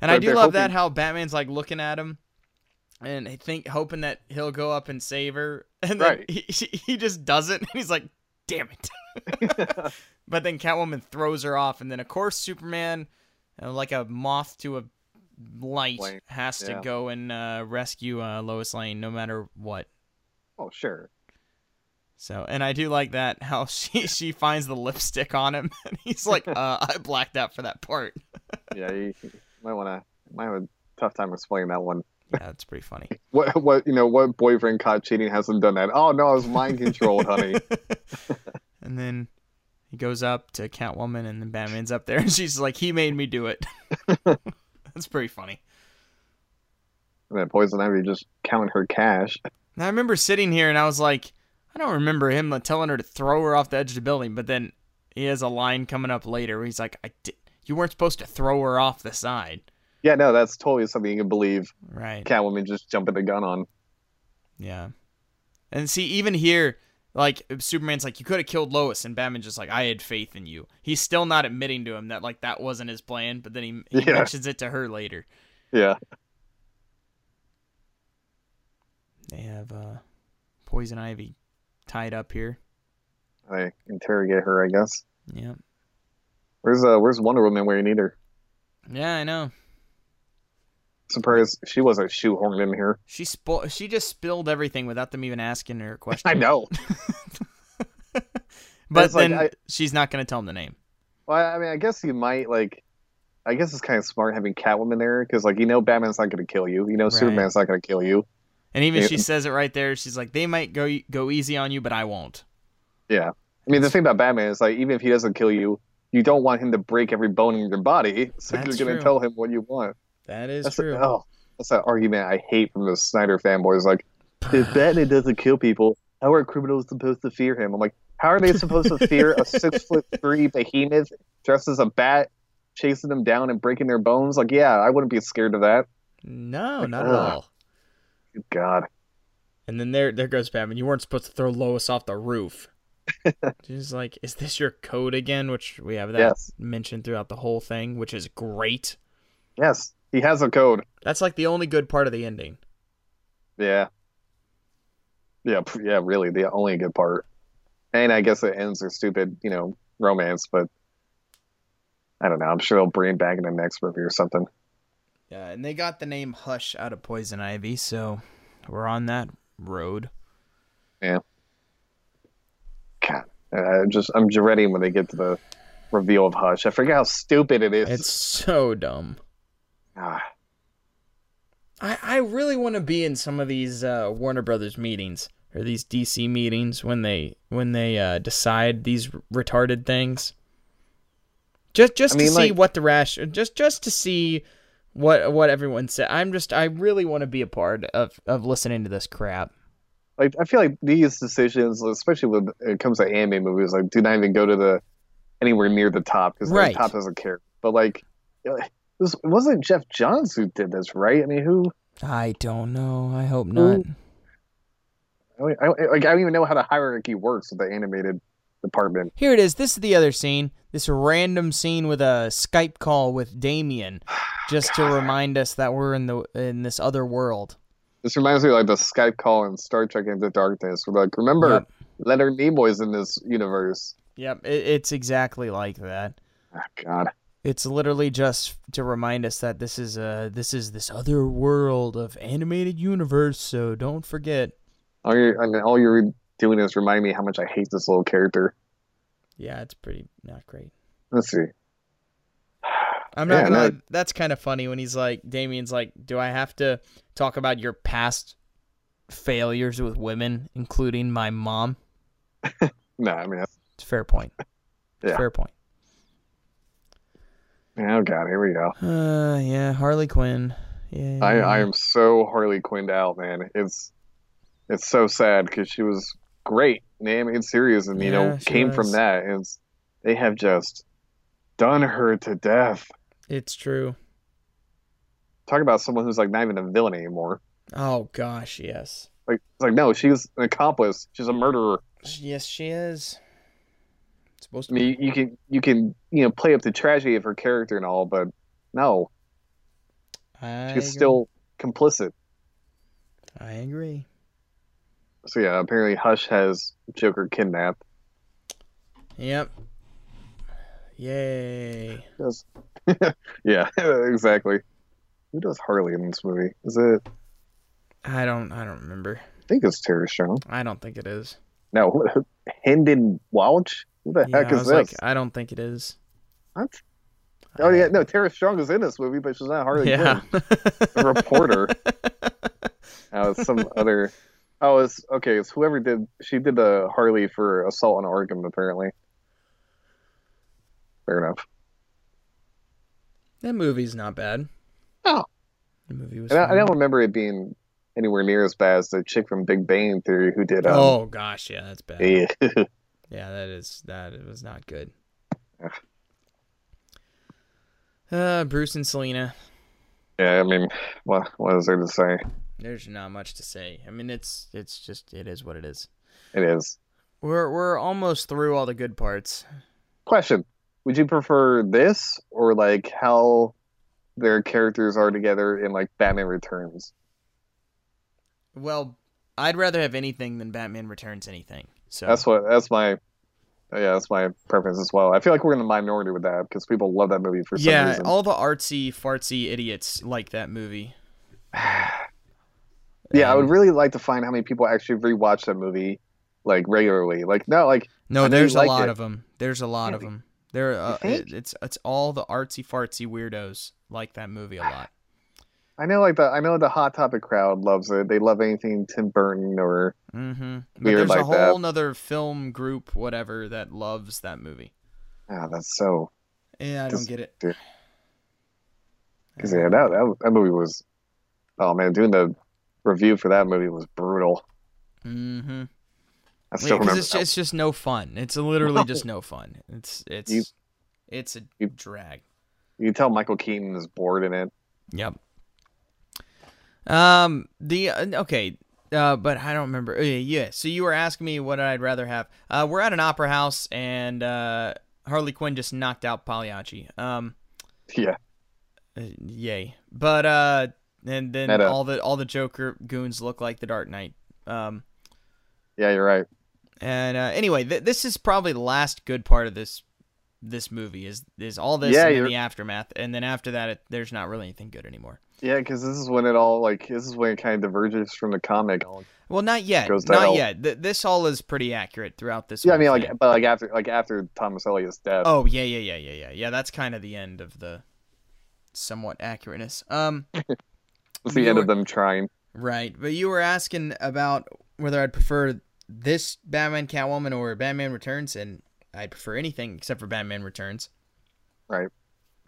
S1: And I
S2: But
S1: do
S2: they're
S1: love that
S2: hoping-
S1: how Batman's like looking at him and I think hoping that he'll go up and save her, and then
S2: Right.
S1: he, she, he just doesn't. And he's like, "Damn it!" But then Catwoman throws her off, and then of course Superman, uh, like a moth to a light,
S2: Lane,
S1: has to
S2: yeah.
S1: go and uh, rescue uh, Lois Lane no matter what.
S2: oh sure
S1: So, and I do like that how she she finds the lipstick on him, and he's like, uh, "I blacked out for that part."
S2: yeah you might want to might have a tough time explaining that one
S1: Yeah, it's pretty funny.
S2: what what you know what boyfriend caught cheating hasn't done that oh no I was mind controlled honey
S1: and then he goes up to Catwoman, and then Batman's up there, and she's like, "He made me do it." That's pretty funny.
S2: And then Poison Ivy just count her cash.
S1: And I remember sitting here, and I was like, "I don't remember him like, telling her to throw her off the edge of the building." But then he has a line coming up later where he's like, "I did. You weren't supposed to throw her off the side."
S2: Yeah, no, that's totally something you can believe
S1: Right.
S2: Catwoman just jumping the gun on.
S1: Yeah. And see, even here, like Superman's like, you could have killed Lois, and Batman's just like, I had faith in you. He's still not admitting to him that like that wasn't his plan, but then he, he
S2: Yeah.
S1: mentions it to her later.
S2: Yeah.
S1: They have uh, Poison Ivy tied up here.
S2: I interrogate her, I guess.
S1: Yeah.
S2: Where's uh where's Wonder Woman wearing either?
S1: Yeah, I know.
S2: Surprised she wasn't shoehorned in here.
S1: She spo- she just spilled everything without them even asking her a question.
S2: I know.
S1: But
S2: It's like,
S1: then
S2: I-
S1: she's not going to tell him the name.
S2: Well, I mean, I guess you might like I guess it's kind of smart having Catwoman there because like you know Batman's not going to kill you. You know
S1: Right.
S2: Superman's not going to kill you.
S1: And even
S2: Yeah.
S1: she says it right there. She's like, they might go go easy on you, but I won't.
S2: I mean, the thing about Batman is like even if he doesn't kill you, you don't want him to break every bone in your body, so
S1: That's
S2: you're
S1: true.
S2: going to tell him what you want.
S1: That is
S2: That's A, oh, that's an argument I hate from the Snyder fanboys. Like, if Batman doesn't kill people, how are criminals supposed to fear him? I'm like, how are they supposed to fear a six foot three behemoth dressed as a bat, chasing them down and breaking their bones? Like, yeah, I wouldn't be scared of that.
S1: No,
S2: Like,
S1: not at
S2: ugh.
S1: all.
S2: Good God,
S1: And then there there goes Batman. You weren't supposed to throw Lois off the roof. She's like, is this your code again? Which we have that
S2: Yes.
S1: mentioned throughout the whole thing, which is great.
S2: yes, he has a code.
S1: That's like the only good part of the ending.
S2: Yeah, yeah, p- yeah. Really, the only good part. And I guess it ends their stupid, you know, romance, but. I don't know. I'm sure they'll bring it back in the next movie or something.
S1: Yeah, and they got the name Hush out of Poison Ivy, so we're on that road.
S2: God, I just I'm dreading when they get to the reveal of Hush. I forget how stupid it is.
S1: It's so dumb.
S2: Ah,
S1: I, I really want to be in some of these uh, Warner Brothers meetings. or these DC meetings when they when they uh, decide these retarded things. Just just
S2: I
S1: to
S2: mean,
S1: see
S2: like-
S1: what the rash just just to see what what everyone said. I'm just I really want to be a part of of listening to this crap.
S2: like I feel like these decisions, especially when it comes to anime movies, like do not even go to the anywhere near the top because
S1: Right.
S2: the top doesn't care. But like, it was, it wasn't Jeff Johns who did this, right? I mean, who?
S1: I don't know. I hope
S2: Who-
S1: not.
S2: I, don't- I, don't- like, I don't even know how the hierarchy works with the animated department.
S1: Here it is. This is the other scene. This random scene with a Skype call with Damien,
S2: Oh,
S1: just to remind us that we're in the in this other world.
S2: This reminds me of like the Skype call in Star Trek Into Darkness. We're like, remember,
S1: Yep.
S2: Leonard Nimoy's in this universe.
S1: Yep, it, it's exactly like that.
S2: Oh, God.
S1: It's literally just to remind us that this is uh this is this other world of animated universe. So don't forget.
S2: All you're, I mean, all you're doing is remind me how much I hate this little character.
S1: Yeah, it's pretty not great.
S2: Let's see.
S1: I'm not
S2: Yeah,
S1: gonna. lie, That's kind of funny when he's like, Damien's like, "Do I have to talk about your past failures with women, including my mom?"
S2: No, I mean, that's-
S1: It's a fair point. It's a
S2: Yeah.
S1: Fair point.
S2: oh, God, here we go.
S1: Uh, yeah, Harley Quinn. Yeah.
S2: I I am so Harley Quinned out, man. It's it's so sad because she was great, name and series, and
S1: Yeah,
S2: you know
S1: she
S2: came
S1: was.
S2: from that. And it's- they have just done her to death.
S1: It's true.
S2: Talk about someone who's like not even a villain anymore.
S1: Oh gosh, yes.
S2: Like it's like no, she's an accomplice. She's a murderer.
S1: Yes, she is. Supposed
S2: I
S1: to be.
S2: mean, you, you can you can you know play up the tragedy of her character and all, but no,
S1: I
S2: she's
S1: agree.
S2: still complicit.
S1: I agree.
S2: So yeah, apparently Hush has Joker kidnapped.
S1: Yep. Yay.
S2: Yes. yeah, exactly. Who does Harley in this movie? Is it?
S1: I don't. I don't remember.
S2: I think it's Terry Strong.
S1: I don't think it is.
S2: No, who- Hendon Welch. Who the
S1: Yeah,
S2: heck
S1: I
S2: is
S1: was
S2: this?
S1: like, I don't think it is.
S2: What? Oh yeah, no. Tara Strong is in this movie, but she's not Harley
S1: yeah.
S2: Quinn. A reporter. Oh, it's some other. Oh, it's okay. It's whoever did. She did the Harley for Assault on Arkham, apparently. Fair enough.
S1: that movie's not bad.
S2: Oh.
S1: The movie was.
S2: And I, I
S1: fine.
S2: don't remember it being anywhere near as bad as the chick from Big Bang Theory who did. Um,
S1: oh gosh, yeah, that's bad.
S2: eh,
S1: Yeah, that is that it was not good.
S2: Ugh.
S1: Uh, Bruce and Selena.
S2: Yeah, I mean, what what is there to say?
S1: There's not much to say. I mean, it's it's just it is what it is.
S2: It is.
S1: We're we're almost through all the good parts.
S2: Question: Would you prefer this or like how their characters are together in like Batman Returns?
S1: Well, I'd rather have anything than Batman Returns anything. So
S2: That's what. That's my. Yeah, that's my preference as well. I feel like we're in the minority with that because people love that movie for some
S1: yeah,
S2: reason.
S1: all the artsy fartsy idiots like that movie.
S2: yeah, I would really like to find how many people actually rewatch that movie like regularly. Like no, like
S1: No,
S2: I know you
S1: there's a
S2: liked
S1: lot
S2: it.
S1: of them. There's a lot of
S2: Really?
S1: them. There, uh,
S2: think?
S1: it- it's it's all the artsy fartsy weirdos like that movie a lot.
S2: I know like the I know the Hot Topic crowd loves it. They love anything Tim Burton or
S1: Mm-hmm. But
S2: Weird
S1: there's a
S2: like that.
S1: whole nother film group, whatever, that loves that movie.
S2: oh, that's so
S1: Yeah, I don't
S2: Just-
S1: get it.
S2: dude. Because yeah, that, that that movie was, oh man, doing the review for that movie was brutal.
S1: Mm-hmm.
S2: I still remember.
S1: it's,
S2: that.
S1: ju- it's just no fun. It's literally just no fun. It's it's
S2: You-
S1: it's a
S2: you-
S1: drag.
S2: you can tell Michael Keaton is bored in it.
S1: Yep. Um. The uh, okay. Uh, but I don't remember. Uh, yeah. So you were asking me what I'd rather have. Uh, we're at an opera house, and uh, Harley Quinn just knocked out Pagliacci. Um.
S2: Yeah,
S1: Uh, yay. But uh and then
S2: Meta.
S1: all the all the Joker goons look like the Dark Knight. Um
S2: yeah, you're right.
S1: and uh, anyway, th- this is probably the last good part of this this movie is is all this
S2: Yeah,
S1: and then
S2: you're-
S1: the aftermath and then after that it, there's not really anything good anymore.
S2: Yeah, because this is when it all like this is when it kind of diverges from the comic.
S1: Well, not yet.
S2: Goes to
S1: Not
S2: hell.
S1: yet. Th- this all is pretty accurate throughout this
S2: Yeah, I
S1: whole
S2: mean like,
S1: thing.
S2: but like after like after Thomas Elliot's death.
S1: Oh, yeah, yeah, yeah, yeah, yeah. Yeah, that's kind of the end of the somewhat accurateness. Um
S2: it's the
S1: you
S2: end
S1: were-
S2: of them trying.
S1: Right, but you were asking about whether I'd prefer this Batman Catwoman or Batman Returns, and I'd prefer anything except for Batman Returns.
S2: Right.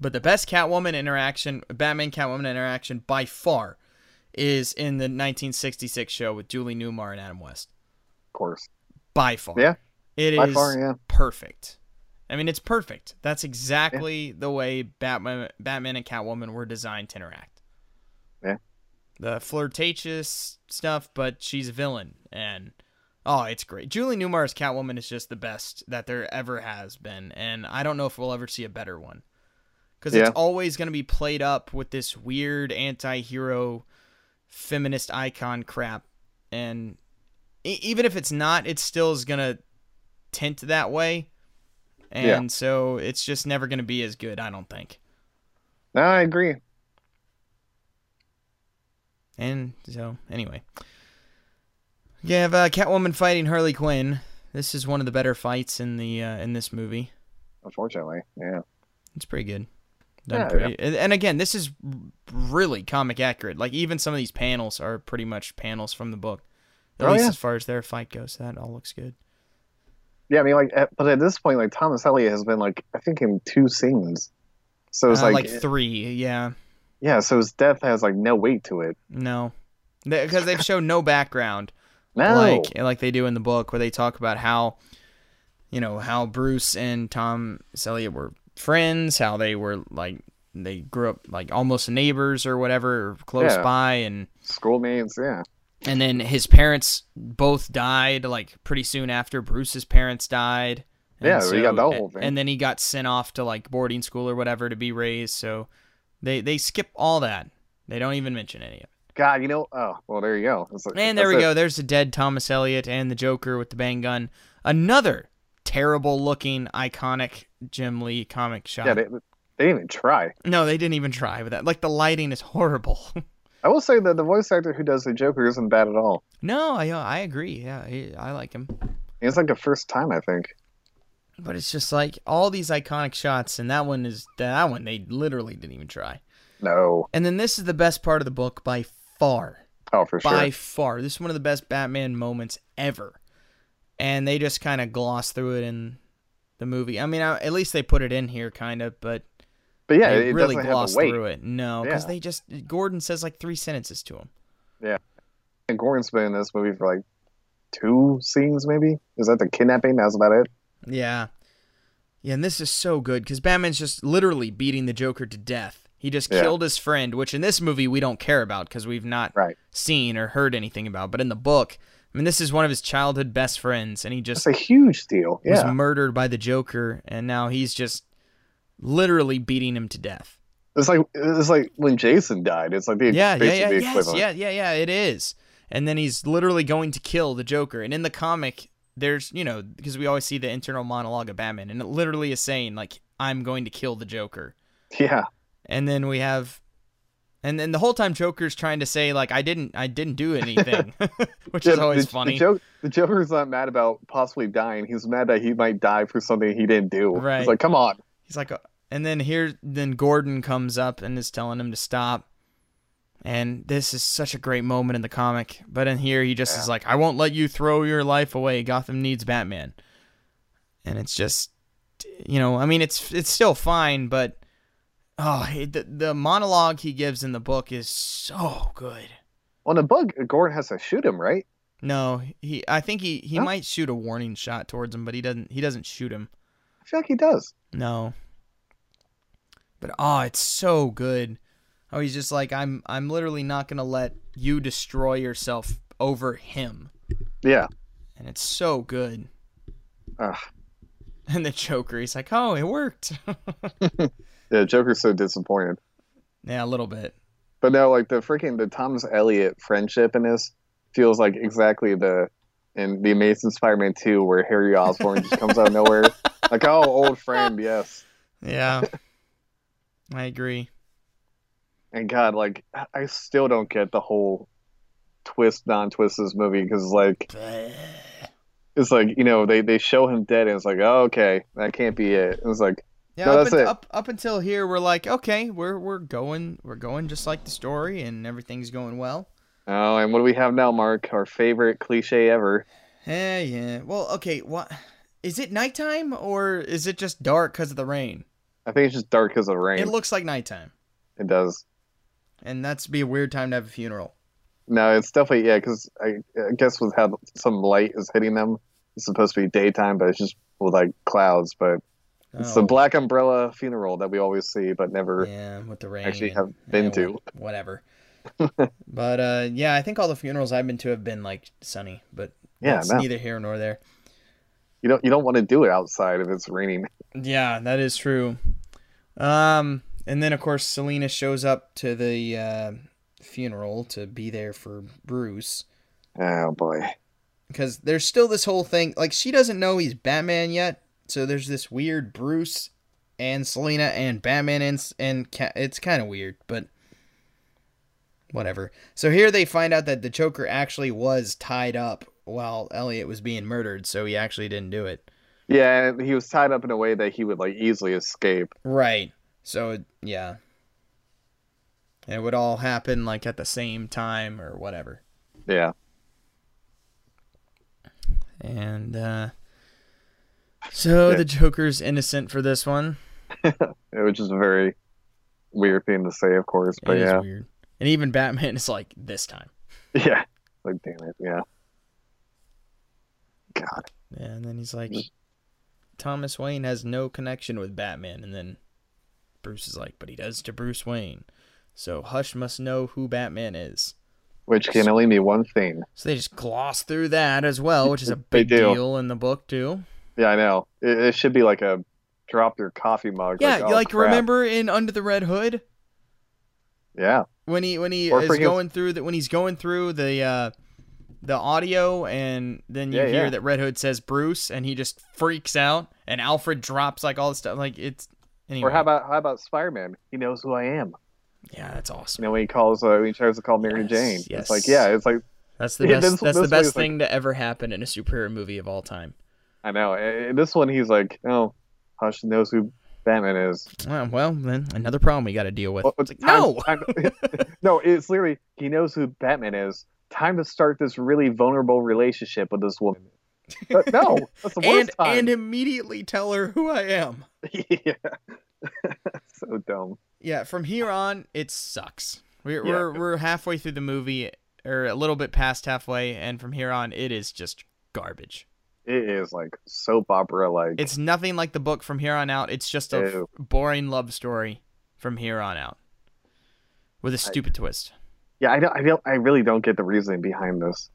S1: But the best Catwoman interaction, Batman Catwoman interaction by far, is in the 1966 show with Julie Newmar and Adam West.
S2: Of course.
S1: By far.
S2: Yeah.
S1: It
S2: By
S1: is
S2: far, yeah.
S1: perfect. I mean, it's perfect. That's exactly the way Batman, Batman and Catwoman were designed to interact.
S2: Yeah.
S1: The flirtatious stuff, but she's a villain, and oh, it's great. Julie Newmar's Catwoman is just the best that there ever has been, and I don't know if we'll ever see a better one. Because it's
S2: Yeah.
S1: always going to be played up with this weird anti-hero feminist icon crap, and e- even if it's not, it still is going to tint that way. And
S2: Yeah.
S1: so it's just never going to be as good, I don't think.
S2: No, I agree.
S1: And so, anyway. You have uh, Catwoman fighting Harley Quinn. This is one of the better fights in the uh, in this movie.
S2: Unfortunately, yeah.
S1: It's pretty good. Done
S2: Yeah,
S1: pretty- and- And again, this is r- really comic accurate. Like even some of these panels are pretty much panels from the book. At
S2: Oh,
S1: least
S2: yeah.
S1: as far as their fight goes, that all looks good.
S2: Yeah, I mean, like, at, but at this point, like, Thomas Elliot has been like, I think, in two scenes. So it's
S1: Uh,
S2: like, eh,
S1: like three, yeah.
S2: yeah. So his death has like no weight to it.
S1: No, because they've shown no background.
S2: No.
S1: like like they do in the book where they talk about how you know how Bruce and Tom Selleck were friends, how they were like they grew up like almost neighbors or whatever or close
S2: Yeah.
S1: by and
S2: Schoolmates, yeah.
S1: and then his parents both died like pretty soon after Bruce's parents died. And
S2: Yeah, we got that whole thing.
S1: And then he got sent off to like boarding school or whatever to be raised, so they they skip all that. They don't even mention any of it.
S2: God, you know, oh, well, there you go. It's like-
S1: And there we
S2: that's it.
S1: go. There's the dead Thomas Elliot and the Joker with the bang gun. Another terrible looking, iconic Jim Lee comic shot.
S2: Yeah, they, they didn't even try.
S1: no, they didn't even try with that. Like the lighting is horrible.
S2: I will say that the voice actor who does the Joker isn't bad at all.
S1: no, I uh, I agree. Yeah, I, I like him.
S2: It's like the first time, I think.
S1: But it's just like all these iconic shots, and that one is that one they literally didn't even try.
S2: No.
S1: And then this is the best part of the book by far.
S2: Oh, for sure.
S1: by far. This is one of the best Batman moments ever, and they just kind of gloss through it in the movie. I mean, I, at least they put it in here, kind of, but
S2: But yeah,
S1: they
S2: it
S1: really
S2: doesn't have
S1: gloss
S2: a weight.
S1: through it. No, because
S2: Yeah.
S1: they just Gordon says like three sentences to him.
S2: And Gordon's been in this movie for like two scenes, maybe. Is that the kidnapping? That's about it.
S1: Yeah, yeah, and this is so good because Batman's just literally beating the Joker to death. He just
S2: Yeah.
S1: killed his friend, which in this movie we don't care about because we've not
S2: Right.
S1: seen or heard anything about. But in the book, I mean, this is one of his childhood best friends, and he just
S2: That's a huge deal.
S1: was
S2: Yeah.
S1: murdered by the Joker, and now he's just literally beating him to death.
S2: It's like it's like when Jason died. It's like the
S1: Yeah, yeah,
S2: basically
S1: yeah,
S2: the
S1: yes,
S2: equivalent.
S1: yeah, yeah, yeah. It is, and then he's literally going to kill the Joker. And in the comic, there's you know because we always see the internal monologue of Batman, and it literally is saying like I'm going to kill the Joker.
S2: Yeah.
S1: And then we have, and then the whole time Joker's trying to say like I didn't, I didn't do anything, which
S2: Yeah,
S1: is always
S2: the,
S1: funny.
S2: The, joke, the Joker's not mad about possibly dying. He's mad that he might die for something he didn't do.
S1: Right.
S2: It's like, come on.
S1: He's like, uh, and then here, then Gordon comes up and is telling him to stop. And this is such a great moment in the comic. But in here, he just is like, I won't let you throw your life away. Gotham needs Batman. And it's just, you know, I mean, it's it's still fine, but oh, he- the, the monologue he gives in the book is so good.
S2: On the bug, Gordon has to shoot him, right?
S1: No, he, I think he, he
S2: Huh?
S1: might shoot a warning shot towards him, but he doesn't, he doesn't shoot him.
S2: I feel like he does.
S1: No. But oh, it's so good. Oh, he's just like I'm. I'm literally not gonna let you destroy yourself over him,
S2: Yeah.
S1: and it's so good.
S2: Ugh.
S1: And the Joker, he's like, oh, it worked.
S2: Yeah, Joker's so disappointed.
S1: yeah, a little bit.
S2: But no, like the freaking the Thomas Elliot friendship in this feels like exactly the in the Amazing Spider-Man Two where Harry Osborn just comes out of nowhere, like oh old friend, yes.
S1: Yeah, I agree.
S2: And God, like I still don't get the whole twist non-twist of this movie because like it's like you know they they show him dead and it's like oh, okay that can't be it. And it's like
S1: Yeah,
S2: No,
S1: up,
S2: that's
S1: un-
S2: it.
S1: up up until here, we're like, okay, we're we're going, we're going just like the story, and everything's going well.
S2: Oh, and what do we have now, Mark? Our favorite cliche ever.
S1: Eh, yeah. Well, okay. What is it? Nighttime or is it just dark because of the rain?
S2: I think it's just dark because of the rain.
S1: It looks like nighttime,
S2: It does.
S1: and that's be a weird time to have a funeral. No,
S2: No, it's definitely yeah. Because I, I guess with how some light is hitting them, it's supposed to be daytime, but it's just with like clouds. But it's the black umbrella funeral that we always see, but never
S1: Oh. Yeah, with the rain.
S2: actually
S1: and-
S2: have been
S1: yeah,
S2: to.
S1: wha- Whatever. but uh, yeah, I think all the funerals I've been to have been like sunny, but
S2: Yeah,
S1: that's
S2: no.
S1: neither here nor there.
S2: You don't you don't want to do it outside if it's raining.
S1: Yeah, that is true. Um, and then of course Selena shows up to the uh, funeral to be there for Bruce
S2: Oh boy.
S1: because there's still this whole thing like she doesn't know he's Batman yet, so there's this weird Bruce and Selena and Batman and s- and Ca- it's kind of weird, but whatever. So here they find out that the Joker actually was tied up while Elliot was being murdered, so he actually didn't do it.
S2: Yeah, and he was tied up in a way that he would like easily escape.
S1: Right. So it- yeah. It would all happen like at the same time or whatever.
S2: Yeah.
S1: And uh so the Joker's innocent for this one.
S2: Which is a very weird thing to say, of course.
S1: It
S2: But
S1: is
S2: yeah.
S1: weird. And even Batman is like this time.
S2: Yeah. Like damn it, yeah. God.
S1: And then he's like
S2: Mm.
S1: Thomas Wayne has no connection with Batman and then Bruce is like, but he does to Bruce Wayne. So Hush must know who Batman is.
S2: Which can only mean one thing.
S1: So they just gloss through that as well, which is a
S2: They
S1: big
S2: do.
S1: deal in the book too.
S2: Yeah, I know. It, it should be like a drop your coffee mug.
S1: Yeah,
S2: like,
S1: like,
S2: oh, crap.
S1: remember in Under the Red Hood
S2: Yeah.
S1: when he when he
S2: Or
S1: is
S2: freaking-
S1: going through the when he's going through the uh the audio and then you
S2: Yeah,
S1: hear
S2: yeah.
S1: that Red Hood says Bruce and he just freaks out and Alfred drops like all the stuff like it's anyway.
S2: Or how about how about Spider Man? He knows who I am.
S1: yeah, that's
S2: You
S1: awesome.
S2: know, when he calls uh, when he tries to call Mary
S1: Yes,
S2: Jane.
S1: yes.
S2: It's like yeah, it's like
S1: That's the
S2: Yeah,
S1: best
S2: this-
S1: that's
S2: this
S1: the best
S2: was, like-
S1: thing to ever happen in a superhero movie of all time.
S2: I know. In this one he's like, Oh, Hush knows who Batman is.
S1: Well, well then another problem we got to deal with.
S2: Well,
S1: It's like,
S2: time-
S1: no.
S2: time- no, it's literally he knows who Batman is. Time to start this really vulnerable relationship with this woman. But no, that's the
S1: And
S2: worst time.
S1: and immediately tell her who I am.
S2: yeah. so dumb.
S1: Yeah, from here on, it sucks. We're
S2: Yeah.
S1: we're we're halfway through the movie, or a little bit past halfway, and from here on, it is just garbage.
S2: It is like soap opera like
S1: It's nothing like the book. From here on out, it's just a f-
S2: Ew.
S1: boring love story. From here on out, with a stupid twist.
S2: Yeah, I don't I don't I really don't get the reasoning behind this.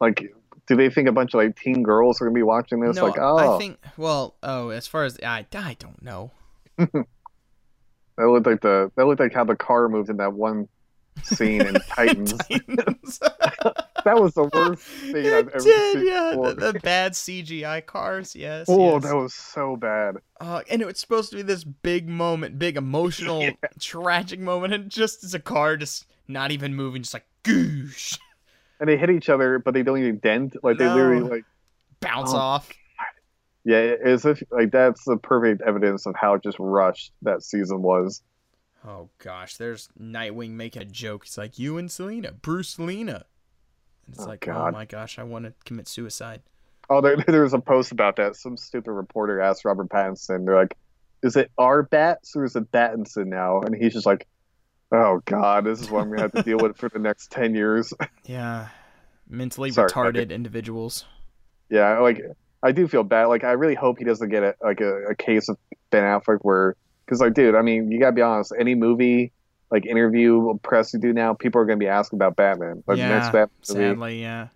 S2: Like do they think a bunch of like teen girls are gonna be watching this?
S1: no,
S2: like, oh
S1: I think. Well, oh, as far as I, I don't know.
S2: that looked like the that looked like how the car moved in that one scene in Titans.
S1: Titans.
S2: that was the worst
S1: it
S2: thing I've ever
S1: did,
S2: seen
S1: yeah.
S2: before.
S1: The, the bad CGI cars, yes.
S2: Oh,
S1: yes.
S2: that was so bad.
S1: Uh, and it was supposed to be this big moment, big emotional,
S2: Yeah.
S1: tragic moment, and just as a car just not even moving, just like goosh,
S2: And they hit each other, but they don't even dent. Like they
S1: No.
S2: literally like
S1: bounce
S2: Oh.
S1: off.
S2: yeah, as if like that's the perfect evidence of how just rushed that season was.
S1: Oh gosh, there's Nightwing making a joke. It's like you and Selena, Bruce Selena. And it's
S2: Oh,
S1: like, oh
S2: God.
S1: my gosh, I want to commit suicide.
S2: Oh, there, there was a post about that. Some stupid reporter asked Robert Pattinson, they're like, "Is it our bats or is it Battinson now?" And he's just like, "Oh God, this is what I'm gonna have to deal with for the next ten years."
S1: Yeah, mentally
S2: Sorry,
S1: retarded
S2: Rocket.
S1: individuals.
S2: Yeah, like I do feel bad. Like I really hope he doesn't get a, like a, a case of Ben Affleck where because like dude, I mean you gotta be honest. Any movie like interview press you do now, people are gonna be asking about Batman. Like
S1: Yeah,
S2: the next Batman movie.
S1: Sadly, yeah.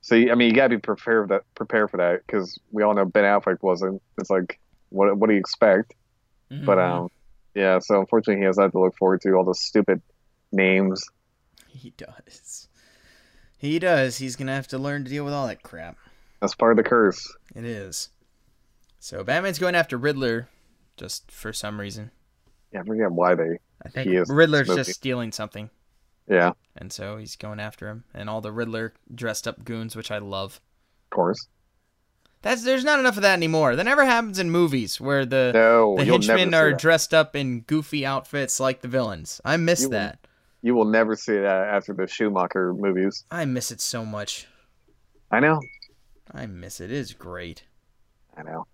S2: So you- I mean you gotta be prepared for that. Prepare for that because we all know Ben Affleck wasn't. It's like what what do you expect? But
S1: Mhm.
S2: um, yeah. So unfortunately, he has that to look forward to. All those stupid names.
S1: he does. He does. He's gonna have to learn to deal with all that crap.
S2: That's part of the curse.
S1: It is. So Batman's going after Riddler, just for some reason.
S2: Yeah, I forget why they.
S1: I think
S2: He is
S1: Riddler's
S2: smoky.
S1: just stealing something,
S2: Yeah, of
S1: and so he's going after him, and all the Riddler dressed up goons, which I love.
S2: course.
S1: That's there's not enough of that anymore. That never happens in movies where the
S2: No,
S1: the
S2: you'll never
S1: henchmen
S2: see
S1: are
S2: that.
S1: dressed up in goofy outfits like the villains. I miss
S2: You will-
S1: that.
S2: You will never see that after the Schumacher movies.
S1: I miss it so much.
S2: I know.
S1: I miss it. It is great.
S2: I know.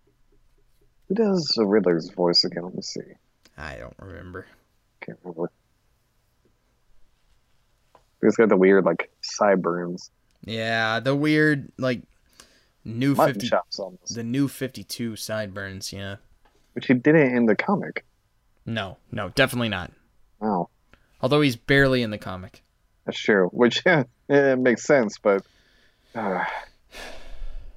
S2: Who does the Riddler's voice again? Let me see.
S1: I don't remember.
S2: Can't remember. He's got the weird like sideburns.
S1: Yeah, the weird like new
S2: Mutton
S1: fifty
S2: chops almost.
S1: the new fifty two sideburns. Yeah.
S2: Which he didn't in the comic.
S1: No, no, definitely not.
S2: Wow.
S1: Although he's barely in the comic.
S2: That's true. Which yeah, it makes sense, but uh,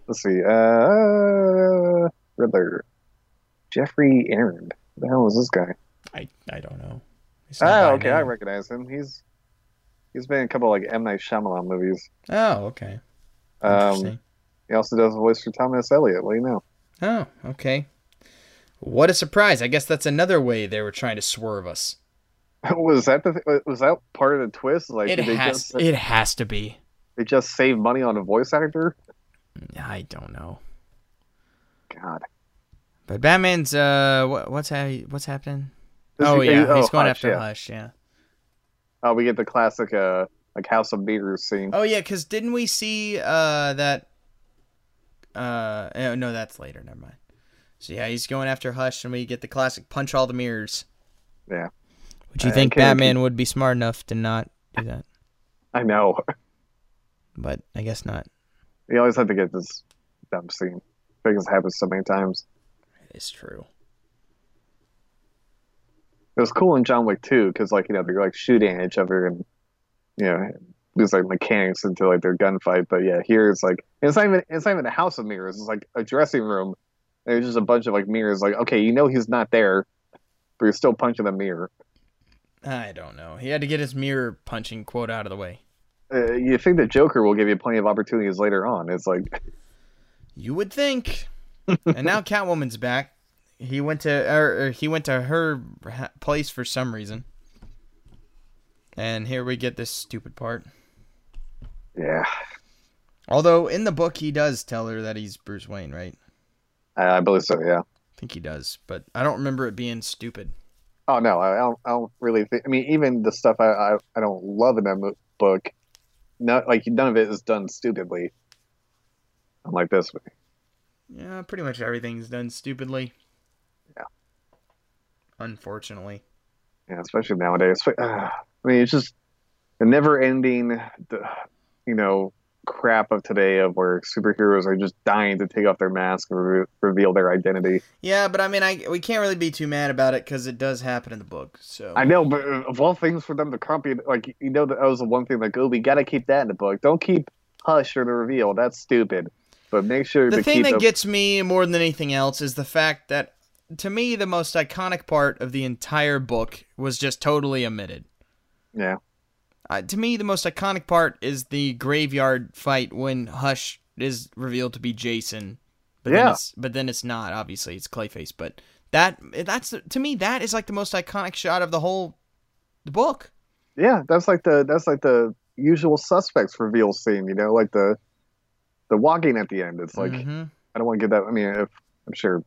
S2: let's see. Uh Riddler. Jeffrey Errand. Who the hell is this guy?
S1: I I don't know. It's not
S2: Oh,
S1: by
S2: okay, I
S1: name.
S2: recognize him. He's he's been in a couple like M Night Shyamalan movies.
S1: Oh, okay.
S2: Um,
S1: Interesting.
S2: he also does a voice for Thomas Elliot. What do you know?
S1: Oh, okay. What a surprise! I guess that's another way they were trying to swerve us.
S2: was that the was that part of the twist? Like
S1: it
S2: did they
S1: has
S2: just
S1: it has to be.
S2: they just save money on a voice actor?
S1: I don't know.
S2: God.
S1: But Batman's uh, what, what's ha- what's happening?
S2: This
S1: oh
S2: is-
S1: yeah, he's going
S2: Hutch,
S1: after
S2: yeah.
S1: Hush. Yeah.
S2: Oh, we get the classic uh like House of Beaters scene.
S1: Oh yeah, because didn't we see uh that? Uh oh, no, that's later. Never mind. So yeah, he's going after Hush, and we get the classic punch all the mirrors. Oh.
S2: Yeah.
S1: Would you
S2: I- I
S1: think
S2: can't
S1: Batman would be smart enough to not do that?
S2: I know.
S1: But I guess not.
S2: We always have to get this dumb scene. I think it's happened so many times.
S1: It's true.
S2: It was cool in John Wick too, because like you know they're like shooting at each other and you know there's like mechanics into like their gunfight. But yeah, here it's like it's not even it's not even a house of mirrors. It's like a dressing room. There's just a bunch of like mirrors. Like okay, you know he's not there, but you're still punching the mirror.
S1: I don't know. He had to get his mirror punching quote out of the way.
S2: Uh, you think the Joker will give you plenty of opportunities later on? It's like
S1: You would think. and now Catwoman's back. He went to or, or he went to her ha- place for some reason. And here we get this stupid part.
S2: yeah,
S1: Although in the book he does tell her that he's Bruce Wayne, right?
S2: I, I believe so. Yeah.
S1: I think he does, but I don't remember it being stupid.
S2: Oh no, I I don't, I don't really think. I mean, even the stuff I, I, I don't love in that mo- book, no, like none of it is done stupidly. I'm like this. way.
S1: Yeah, pretty much everything's done stupidly.
S2: Yeah.
S1: Unfortunately.
S2: Yeah, especially nowadays. But, uh, I mean, it's just the never-ending, the, you know, crap of today of where superheroes are just dying to take off their mask or re- reveal their identity.
S1: Yeah, but I mean, I we can't really be too mad about it because it does happen in the book. So
S2: I know, but of all things for them to copy, like you know, that was the one thing like, oh, we gotta keep that in the book. Don't keep hush or the reveal. That's stupid. But make sure
S1: the
S2: to
S1: thing
S2: keep
S1: that
S2: the-
S1: gets me more than anything else is the fact that to me the most iconic part of the entire book was just totally omitted
S2: yeah.
S1: uh, to me the most iconic part is the graveyard fight when hush is revealed to be jason but then
S2: Yeah.
S1: it's, but then it's not obviously it's clayface but that that's to me that is like the most iconic shot of the whole the book
S2: Yeah, that's like the that's like the usual suspects reveal scene, you know, like the the walking at the end. It's like
S1: Mhm.
S2: I don't want to get that. I mean, if, I'm sure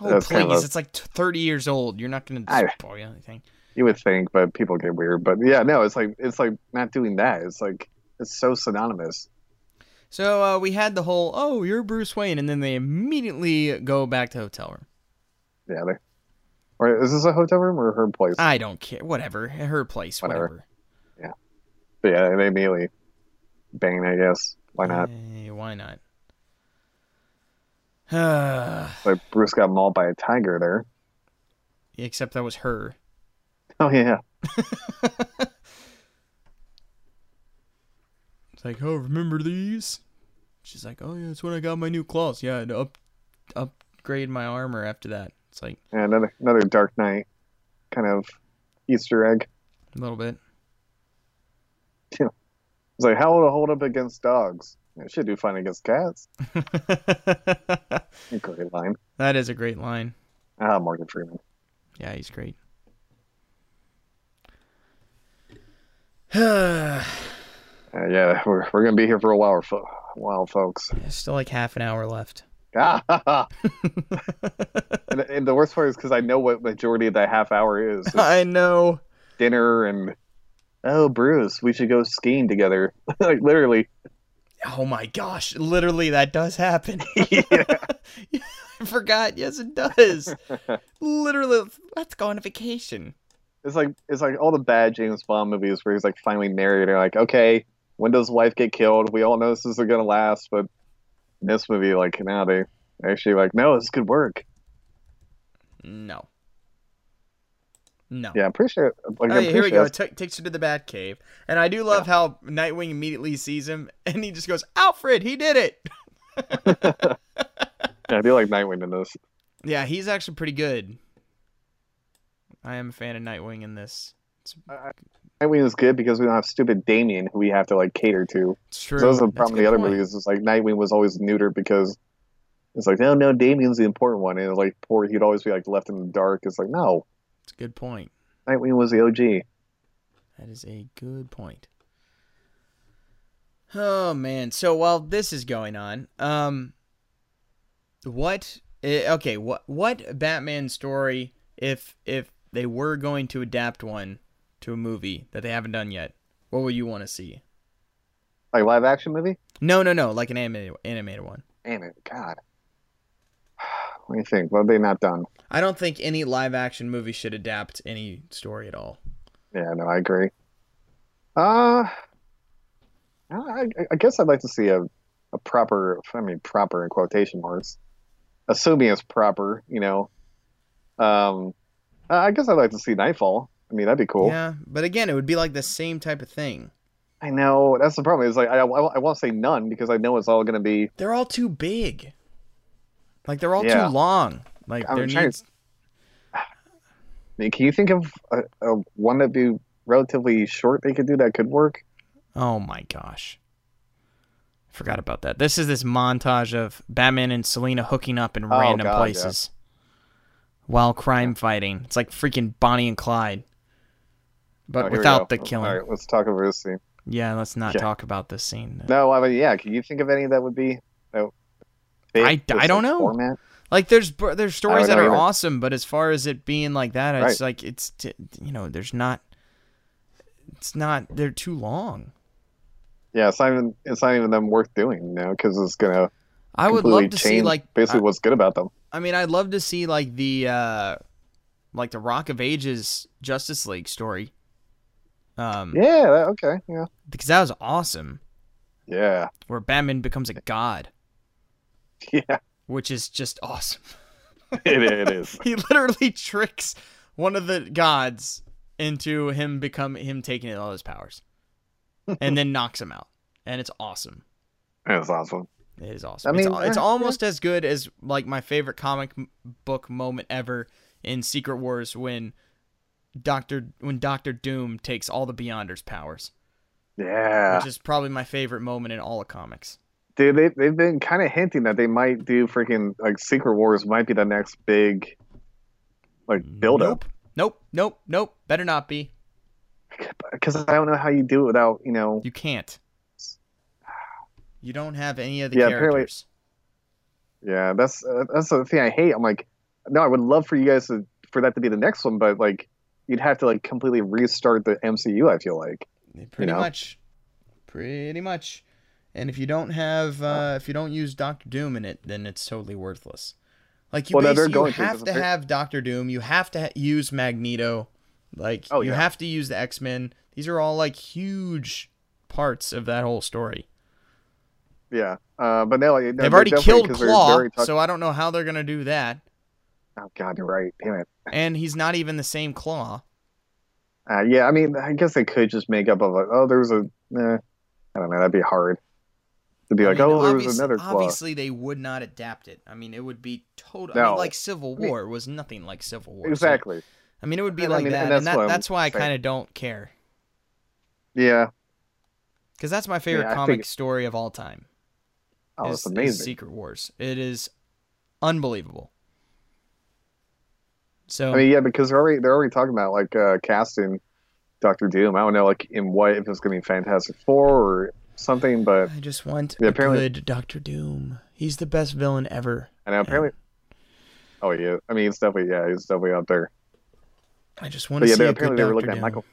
S1: oh
S2: that's
S1: please
S2: kind of a-
S1: it's like t- 30 years old you're not gonna
S2: I-
S1: spoil anything
S2: you would think, but people get weird. But yeah, no, it's like it's like not doing that. It's like it's so synonymous.
S1: So uh, we had the whole, oh, you're Bruce Wayne, and then they immediately go back to hotel room.
S2: Yeah. They, or is this a hotel room or her place?
S1: I don't care, whatever, her place, whatever.
S2: Whatever. But yeah, they immediately bang. I guess why not?
S1: Eh, why not? Uh,
S2: Like Bruce got mauled by a tiger there.
S1: except that was her.
S2: Oh yeah,
S1: It's like, oh, remember these? She's like, oh yeah, that's when I got my new claws. Yeah, and up, upgrade my armor after that. It's like
S2: yeah another another Dark Knight kind of Easter egg.
S1: a little bit.
S2: It's like how will it hold up against dogs? It should do fine against cats. Great line.
S1: that is a great line.
S2: Ah, Morgan Freeman.
S1: Yeah, he's great. There's
S2: Uh, yeah, we're, we're gonna be here for a while, fo- while folks.
S1: still like half an hour left.
S2: Ah, ha, ha. and, and the worst part is because I know what majority of that half hour is It's
S1: I know.
S2: dinner and "Oh, Bruce, we should go skiing together." like literally.
S1: Oh my gosh! Literally, that does happen.
S2: Yeah.
S1: I forgot. Yes, it does. literally, let's go on a vacation.
S2: It's like it's like all the bad James Bond movies where he's like finally married. They're like, okay, when does wife get killed? We all know this isn't gonna last, but in this movie, like now they actually like, no, this could work.
S1: No. No.
S2: Yeah, I'm pretty sure. Like,
S1: Hey,
S2: I'm
S1: here
S2: pretty
S1: we go.
S2: sure
S1: T- takes her to the Batcave, and I do love how Nightwing immediately sees him, and he just goes, "Alfred, he did it!"
S2: Yeah, I do like Nightwing in this.
S1: Yeah, he's actually pretty good. I am a fan of Nightwing in this. It's,
S2: Nightwing is good because we don't have stupid Damien who we have to like cater to.
S1: it's true.
S2: So that was the
S1: That's a
S2: problem with
S1: good
S2: the other
S1: point.
S2: movies. It's like Nightwing was always neutered because it's like no, no, Damien's the important one, and it's like poor, he'd always be like left in the dark. It's like no,
S1: It's a good point.
S2: Nightwing was the OG.
S1: That is a good point. Oh man! So while this is going on, um, what? eh, Okay, what? What Batman story? If if they were going to adapt one to a movie that they haven't done yet, what would you want to see?
S2: Like live action movie.
S1: No, no, no! Like an animated animated one.
S2: Damn it, God. What do you think? What have they not done?
S1: I don't think any live action movie should adapt any story at all.
S2: Yeah, no, I agree. Uh, I, I guess I'd like to see a, a proper, I mean, proper in quotation marks, assuming it's proper, you know. Um, I guess I'd like to see Nightfall. I mean, that'd be cool.
S1: Yeah, but again, it would be like the same type of thing.
S2: I know that's the problem. Is like I, I, I won't say none because I know it's all gonna be.
S1: They're all too big. Like they're all
S2: Yeah.
S1: too long. Like
S2: I'm
S1: there
S2: trying to
S1: needs
S2: I mean, can you think of a, a one that'd be relatively short they could do that could work?
S1: Oh my gosh. I forgot about that. This is this montage of Batman and Selina hooking up in
S2: Oh,
S1: random
S2: God, yeah.
S1: places while crime fighting. It's like freaking Bonnie and Clyde.
S2: Oh,
S1: But
S2: here we
S1: without
S2: go.
S1: the killing.
S2: All right, let's talk over this scene.
S1: Yeah, let's not
S2: Yeah.
S1: talk about this scene.
S2: No, I mean, yeah. Can you think of any that would be? No.
S1: I- I don't know.
S2: Format?
S1: Like there's br- there's stories
S2: know
S1: that are
S2: either.
S1: awesome, but as far as it being like that, it's like it's t- you know, there's not it's not they're too long.
S2: Yeah, it's not even it's not even them worth doing, you know, because it's gonna
S1: I would
S2: completely
S1: love to
S2: change
S1: see like
S2: basically what's good about them.
S1: I mean, I'd love to see like the uh like the Rock of Ages Justice League story. Um
S2: Yeah, that, okay, yeah,
S1: because that was awesome
S2: yeah,
S1: where Batman becomes a god,
S2: yeah.
S1: which is just awesome.
S2: It, it is.
S1: He literally tricks one of the gods into him become him taking all his powers and then knocks him out. And it's awesome.
S2: It's awesome.
S1: It is awesome.
S2: I
S1: it's,
S2: mean,
S1: al- it's
S2: uh,
S1: almost as good as like my favorite comic m- book moment ever in Secret Wars when Doctor when Doctor Doom takes all the Beyonders' powers,
S2: Yeah,
S1: which is probably my favorite moment in all of comics.
S2: dude, they they've been kind of hinting that they might do freaking like Secret Wars might be the next big like build up
S1: Nope. Nope. Nope. Nope. Better not be.
S2: because I don't know how you do it without you know
S1: You can't. You don't have any of the
S2: Yeah, apparently-
S1: characters.
S2: Yeah, that's uh, that's the thing I hate. I'm like, no, I would love for you guys to for that to be the next one, but like, you'd have to like completely restart the MCU. I feel like.
S1: Pretty
S2: know?
S1: much. Pretty much. And if you don't have uh, if you don't use Doctor Doom in it, then it's totally worthless. Like you,
S2: Well, no, they're
S1: basically- you
S2: going to,
S1: have
S2: 'cause
S1: to
S2: they're-
S1: have Doctor Doom, you have to ha- use Magneto, like
S2: Oh,
S1: you
S2: yeah.
S1: have to use the X-Men. These are all like huge parts of that whole story.
S2: Yeah, uh, but no, like, no,
S1: They've
S2: they're
S1: already
S2: definitely-
S1: killed
S2: 'cause they're
S1: Claw,
S2: very touch-
S1: so I don't know how they're going to do that.
S2: oh God, you're right. Damn it.
S1: And he's not even the same Claw.
S2: Uh, yeah, I mean, I guess they could just make up of like, oh, there was a. Eh, I don't know. That'd be hard. To be
S1: I
S2: like,
S1: mean,
S2: oh, there was
S1: obvious-
S2: another Claw.
S1: Obviously, they would not adapt it. I mean, it would be total. I
S2: No.
S1: mean, like Civil
S2: I mean-
S1: War was nothing like Civil War. so-
S2: Exactly.
S1: I mean, it would be
S2: And I
S1: like
S2: mean-
S1: that,
S2: and
S1: and,
S2: that's
S1: that,
S2: what I'm
S1: that's why I
S2: saying.
S1: kind of don't care,
S2: Yeah.
S1: because that's my favorite
S2: Yeah, I
S1: comic
S2: think-
S1: story of all time.
S2: Oh,
S1: is,
S2: it's
S1: is
S2: amazing.
S1: Secret Wars. It is unbelievable. So
S2: I mean, yeah, because they're already they're already talking about like uh, casting Doctor Doom. I don't know, like in what if it's gonna be Fantastic Four or something, but
S1: I just want
S2: Yeah,
S1: a
S2: apparently-
S1: good Doctor Doom. He's the best villain ever.
S2: I know apparently. Oh yeah, I mean it's definitely yeah, it's definitely out there.
S1: I just want
S2: But
S1: to
S2: yeah,
S1: see
S2: they,
S1: a good
S2: apparently they
S1: Doctor
S2: were looking
S1: Doom.
S2: at Michael.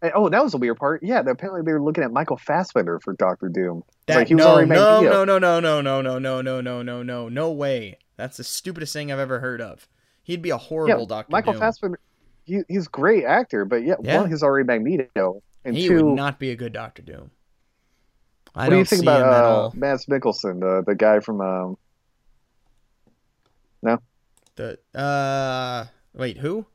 S2: And- oh, that was a weird part. Yeah, apparently they were looking at Michael Fassbender for Doctor Doom. It's
S1: That,
S2: like he was
S1: no,
S2: already
S1: no,
S2: Magneto.
S1: no, no, no, no, no, no, no, no, no, no, no, no way. That's the stupidest thing I've ever heard of. He'd be a horrible Doctor
S2: Michael
S1: Doom.
S2: Fassbender, he, he's a great actor, but yeah,
S1: Yeah.
S2: one, he's already Magneto, and
S1: he
S2: two,
S1: would not be a good Doctor Doom. I
S2: what
S1: don't
S2: do you think
S1: see
S2: about
S1: him at
S2: uh,
S1: all.
S2: Mads Mikkelsen, the the guy from um,
S1: The uh, wait, who?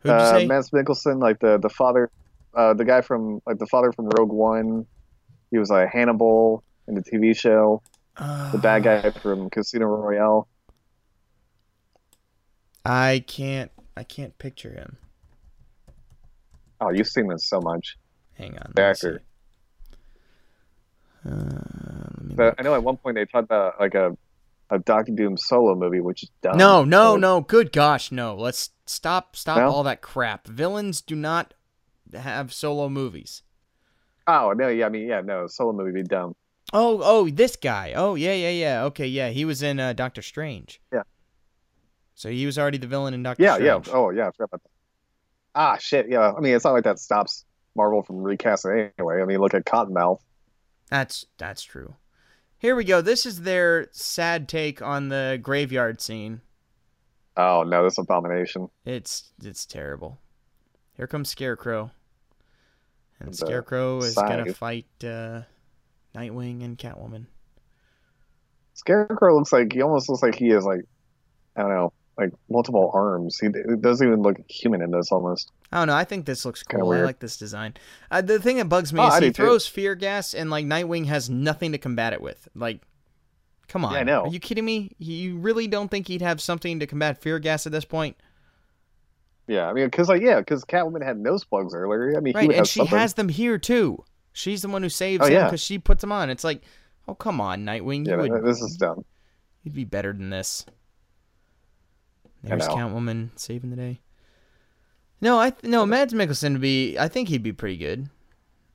S1: Who'd you
S2: uh,
S1: say?
S2: Mads Mikkelsen, like the the father, uh, the guy from like the father from Rogue One. He was like Hannibal in the TV show.
S1: Ah,
S2: The bad guy from Casino Royale.
S1: I can't. I can't picture him.
S2: Oh, you've seen this so much.
S1: Hang on. let me
S2: The actor.
S1: see. Uh, let me
S2: But
S1: look.
S2: I know at one point they talked about like a a Doctor Doom solo movie, which is dumb. Oh,
S1: no, no,
S2: Like,
S1: no. Good gosh, no. Let's stop. Stop
S2: No?
S1: all that crap. Villains do not have solo movies.
S2: Oh no, yeah, I mean, yeah, no, solo movie would be dumb.
S1: Oh, oh, this guy. Oh, yeah, yeah, yeah. Okay, yeah. He was in uh, Doctor Strange.
S2: Yeah.
S1: So he was already the villain in Doctor
S2: Yeah,
S1: Strange.
S2: yeah. Oh, yeah. I forgot about that. Ah, shit. Yeah. I mean, it's not like that stops Marvel from recasting anyway. I mean, look at Cottonmouth.
S1: That's that's true. Here we go. This is their sad take on the graveyard scene.
S2: Oh no, this abomination.
S1: It's it's terrible. Here comes Scarecrow. And
S2: The
S1: Scarecrow is gonna
S2: scythe.
S1: fight uh, Nightwing and Catwoman.
S2: Scarecrow looks like he almost looks like he has like I don't know, like multiple arms. He it doesn't even look human in this almost.
S1: I don't know. I think this looks
S2: Kinda
S1: cool. I
S2: weird.
S1: like this design. Uh, the thing that bugs me
S2: Oh,
S1: is he
S2: I do too.
S1: throws fear gas, and like Nightwing has nothing to combat it with. Like, come on.
S2: I know.
S1: Are you kidding me? You really don't think he'd have something to combat fear gas at this point,
S2: Yeah, I mean, because like yeah, because Catwoman had nose plugs earlier. I mean, he
S1: right?
S2: would
S1: And
S2: have
S1: she
S2: something.
S1: has them here too. She's the one who saves
S2: Oh,
S1: him
S2: yeah.
S1: because she puts them on. It's like, oh come on, Nightwing. You
S2: yeah,
S1: would
S2: this is dumb.
S1: You'd be better than this.
S2: I
S1: There's
S2: know.
S1: Catwoman saving the day. No, I th- no Mads Mikkelsen would be. I think he'd be pretty good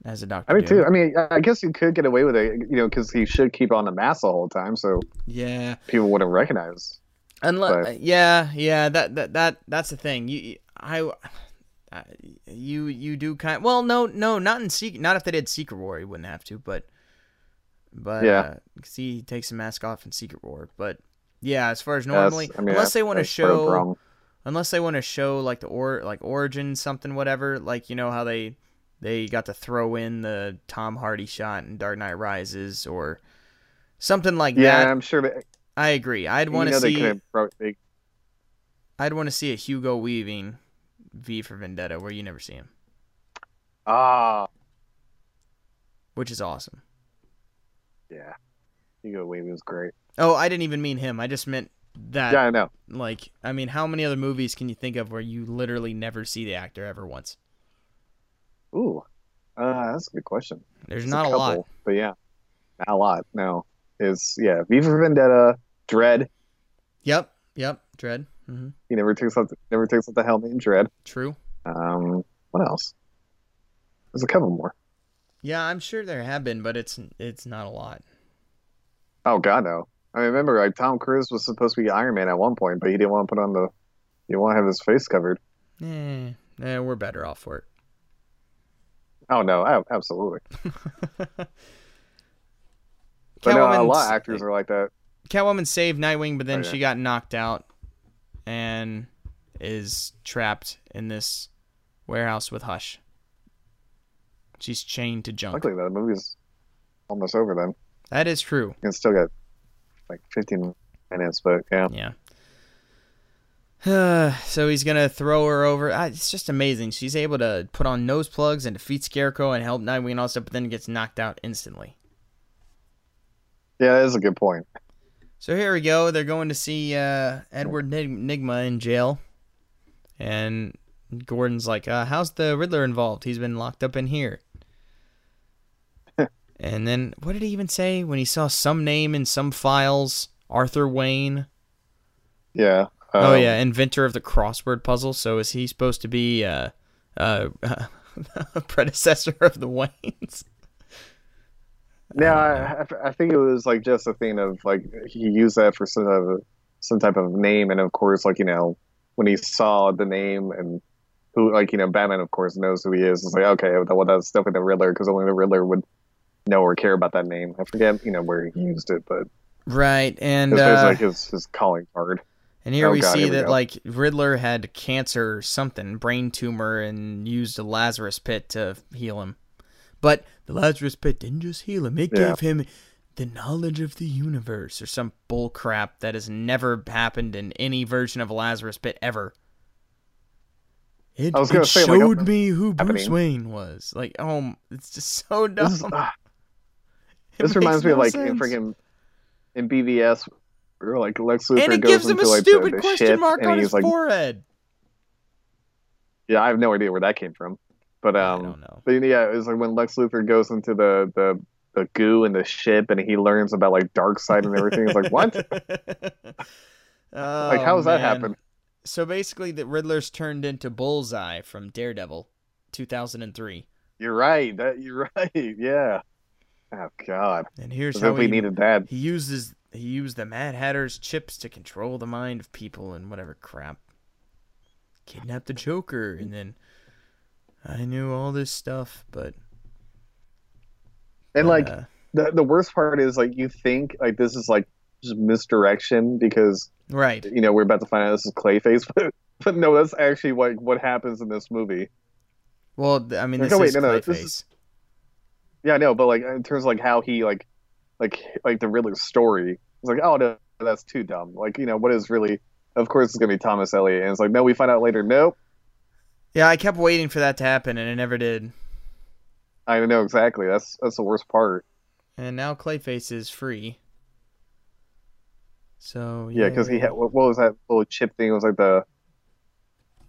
S1: as a doctor.
S2: I mean, too. I mean, I guess you could get away with it, you know, because he should keep on the mask the whole time, so
S1: Yeah.
S2: people wouldn't recognize.
S1: Unless,
S2: But-
S1: uh, yeah, yeah. That that that that's the thing. You, you- I, I- you you do kind. Well, no, no, not in secret. Not if they did Secret War, you wouldn't have to. But, but
S2: Yeah.
S1: uh, 'cause he takes the mask off in Secret War. But yeah, as far as
S2: Yeah, that's-
S1: normally,
S2: I mean,
S1: unless they
S2: that's-
S1: want to
S2: that's part of the
S1: show.
S2: problem.
S1: unless they want to show like the or like origin something whatever like you know how they they got to throw in the tom hardy shot in dark knight rises or something like
S2: Yeah,
S1: that
S2: I'm sure. That,
S1: i agree i'd want
S2: you
S1: to
S2: know they
S1: see
S2: could have brought- they
S1: i'd want to see a hugo weaving v for vendetta where you never see him
S2: Ah,
S1: which is awesome
S2: yeah. Hugo Weaving was great.
S1: oh i didn't even mean him i just meant that
S2: Yeah, I know.
S1: like i mean how many other movies can you think of where you literally never see the actor ever once
S2: Ooh, uh, that's a good question.
S1: there's
S2: It's
S1: not a, lot
S2: couple, but yeah, not a lot. No, is yeah. V for Vendetta, Dread.
S1: yep yep dread hmm
S2: He never takes off. Never takes off the helmet in Dread.
S1: true
S2: Um, what else? There's a couple more.
S1: Yeah, I'm sure there have been, but it's it's not a lot.
S2: Oh God, no. I remember like Tom Cruise was supposed to be Iron Man at one point, but he didn't want to put on the. He didn't want to have his face covered.
S1: Eh, eh, we're better off for
S2: Oh no, ab- absolutely.
S1: it.
S2: But no, a lot
S1: Catwoman's-
S2: of actors are like that.
S1: Catwoman saved Nightwing, but then
S2: Oh, yeah.
S1: she got knocked out and is trapped in this warehouse with Hush. She's chained to junk.
S2: Luckily, though, the movie's almost over then.
S1: That is true.
S2: You can still get like 15 minutes, but yeah.
S1: Yeah. so he's gonna throw her over. Ah, It's just amazing. She's able to put on nose plugs and defeat Scarecrow and help Nightwing and all that stuff, but then gets knocked out instantly.
S2: Yeah, that is a good point.
S1: So here we go. They're going to see uh, Edward Nig- Nigma in jail, and Gordon's like, uh, "How's the Riddler involved? He's been locked up in here." and then what did he even say when he saw some name in some files? Arthur Wayne.
S2: Yeah.
S1: oh
S2: Um,
S1: yeah, inventor of the crossword puzzle. So is he supposed to be uh, uh, a predecessor of the Waynes?
S2: Yeah, I, I- I think it was like just a thing of like he used that for some type of some type of name, and of course, like you know, when he saw the name and who like you know Batman of course knows who he is. It's like okay, well that's definitely the Riddler because only the Riddler would know or care about that name. I forget you know where he used it, but
S1: right and
S2: it's
S1: uh,
S2: like his, his calling card.
S1: and here
S2: oh,
S1: we
S2: God,
S1: see
S2: here we
S1: that
S2: go.
S1: like Riddler had cancer or something, brain tumor, and used a Lazarus pit to heal him. But the Lazarus pit didn't just heal him; it
S2: Yeah.
S1: gave him the knowledge of the universe or some bull crap that has never happened in any version of a Lazarus pit ever. It,
S2: I was
S1: it
S2: gonna say, like,
S1: showed me who Bruce
S2: happening.
S1: Wayne was. Like, oh, m- it's just so dumb.
S2: This, is, ah,
S1: It
S2: this
S1: makes
S2: reminds me of
S1: no
S2: like in
S1: sense.
S2: freaking in BVS where like Lex Luthor
S1: and it
S2: goes
S1: gives him
S2: into
S1: a
S2: like the-
S1: stupid
S2: the
S1: question
S2: shit,
S1: mark
S2: and
S1: on
S2: he's
S1: his
S2: like,
S1: forehead.
S2: yeah, I have no idea where that came from, but
S1: I
S2: um,
S1: don't know.
S2: But yeah, it was like when Lex Luthor goes into the the the goo and the ship, and he learns about like dark side and everything. It's like what?
S1: Oh,
S2: Like how does
S1: man.
S2: that happen?
S1: So basically, the Riddler's turned into Bullseye from Daredevil, 2003.
S2: You're right. That you're right. Yeah. Oh God.
S1: And here's
S2: As
S1: how
S2: if we
S1: he
S2: needed that.
S1: he uses he used the Mad Hatter's chips to control the mind of people and whatever crap. Kidnapped the Joker, and then I knew all this stuff, but
S2: And like
S1: uh,
S2: the the worst part is like you think like this is like just misdirection because
S1: right,
S2: you know we're about to find out this is Clayface, but but no, that's actually like what happens in this movie.
S1: Well, th- I mean,
S2: Like,
S1: this
S2: no, wait,
S1: is
S2: no, no,
S1: Clayface.
S2: this is- Yeah, I know, but like in terms of like how he like like like the Riddler's story, it's like, oh no, that's too dumb. Like, you know, what is really of course it's gonna be Thomas Elliot and it's like, no, we find out later, nope.
S1: Yeah, I kept waiting for that to happen, and it never did.
S2: I don't know exactly. That's that's the worst part.
S1: And now Clayface is free. So
S2: Yeah, because he had what, what was that little chip thing? It was like the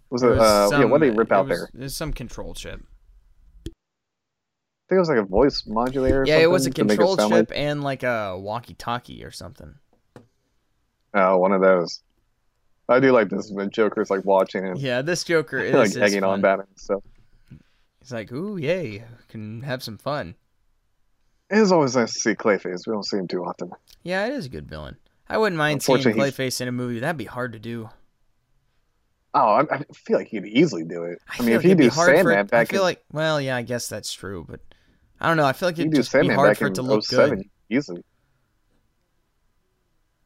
S2: was it,
S1: There was
S2: uh yeah,
S1: some-
S2: what did they rip
S1: there
S2: out
S1: was-
S2: there?
S1: There's some control chip.
S2: I think it was like a voice modulator or
S1: Yeah, it was a
S2: something to make
S1: control
S2: sound
S1: chip and like a walkie-talkie or something.
S2: Like, oh, one of those. I do like this when Joker's like watching and
S1: Yeah, this Joker is
S2: like
S1: is
S2: hanging on
S1: fun.
S2: Batman and stuff.
S1: He's like, ooh, yay, can have some fun.
S2: It is always nice to see Clayface. We don't see him too often.
S1: Yeah, it is a good villain. I wouldn't mind seeing
S2: Unfortunately, he's-
S1: Clayface in a movie. That'd be hard to do.
S2: Oh, I, I feel like he'd easily do it. I,
S1: feel
S2: mean,
S1: like
S2: if you
S1: it'd be
S2: do
S1: hard for it-
S2: Sandman
S1: I
S2: back
S1: feel
S2: in,
S1: like, well, yeah, I guess that's true, but I don't know. I feel like
S2: you
S1: it'd
S2: do
S1: just be
S2: Sandman
S1: hard
S2: back
S1: for it to
S2: in
S1: look
S2: 07
S1: good.
S2: easily.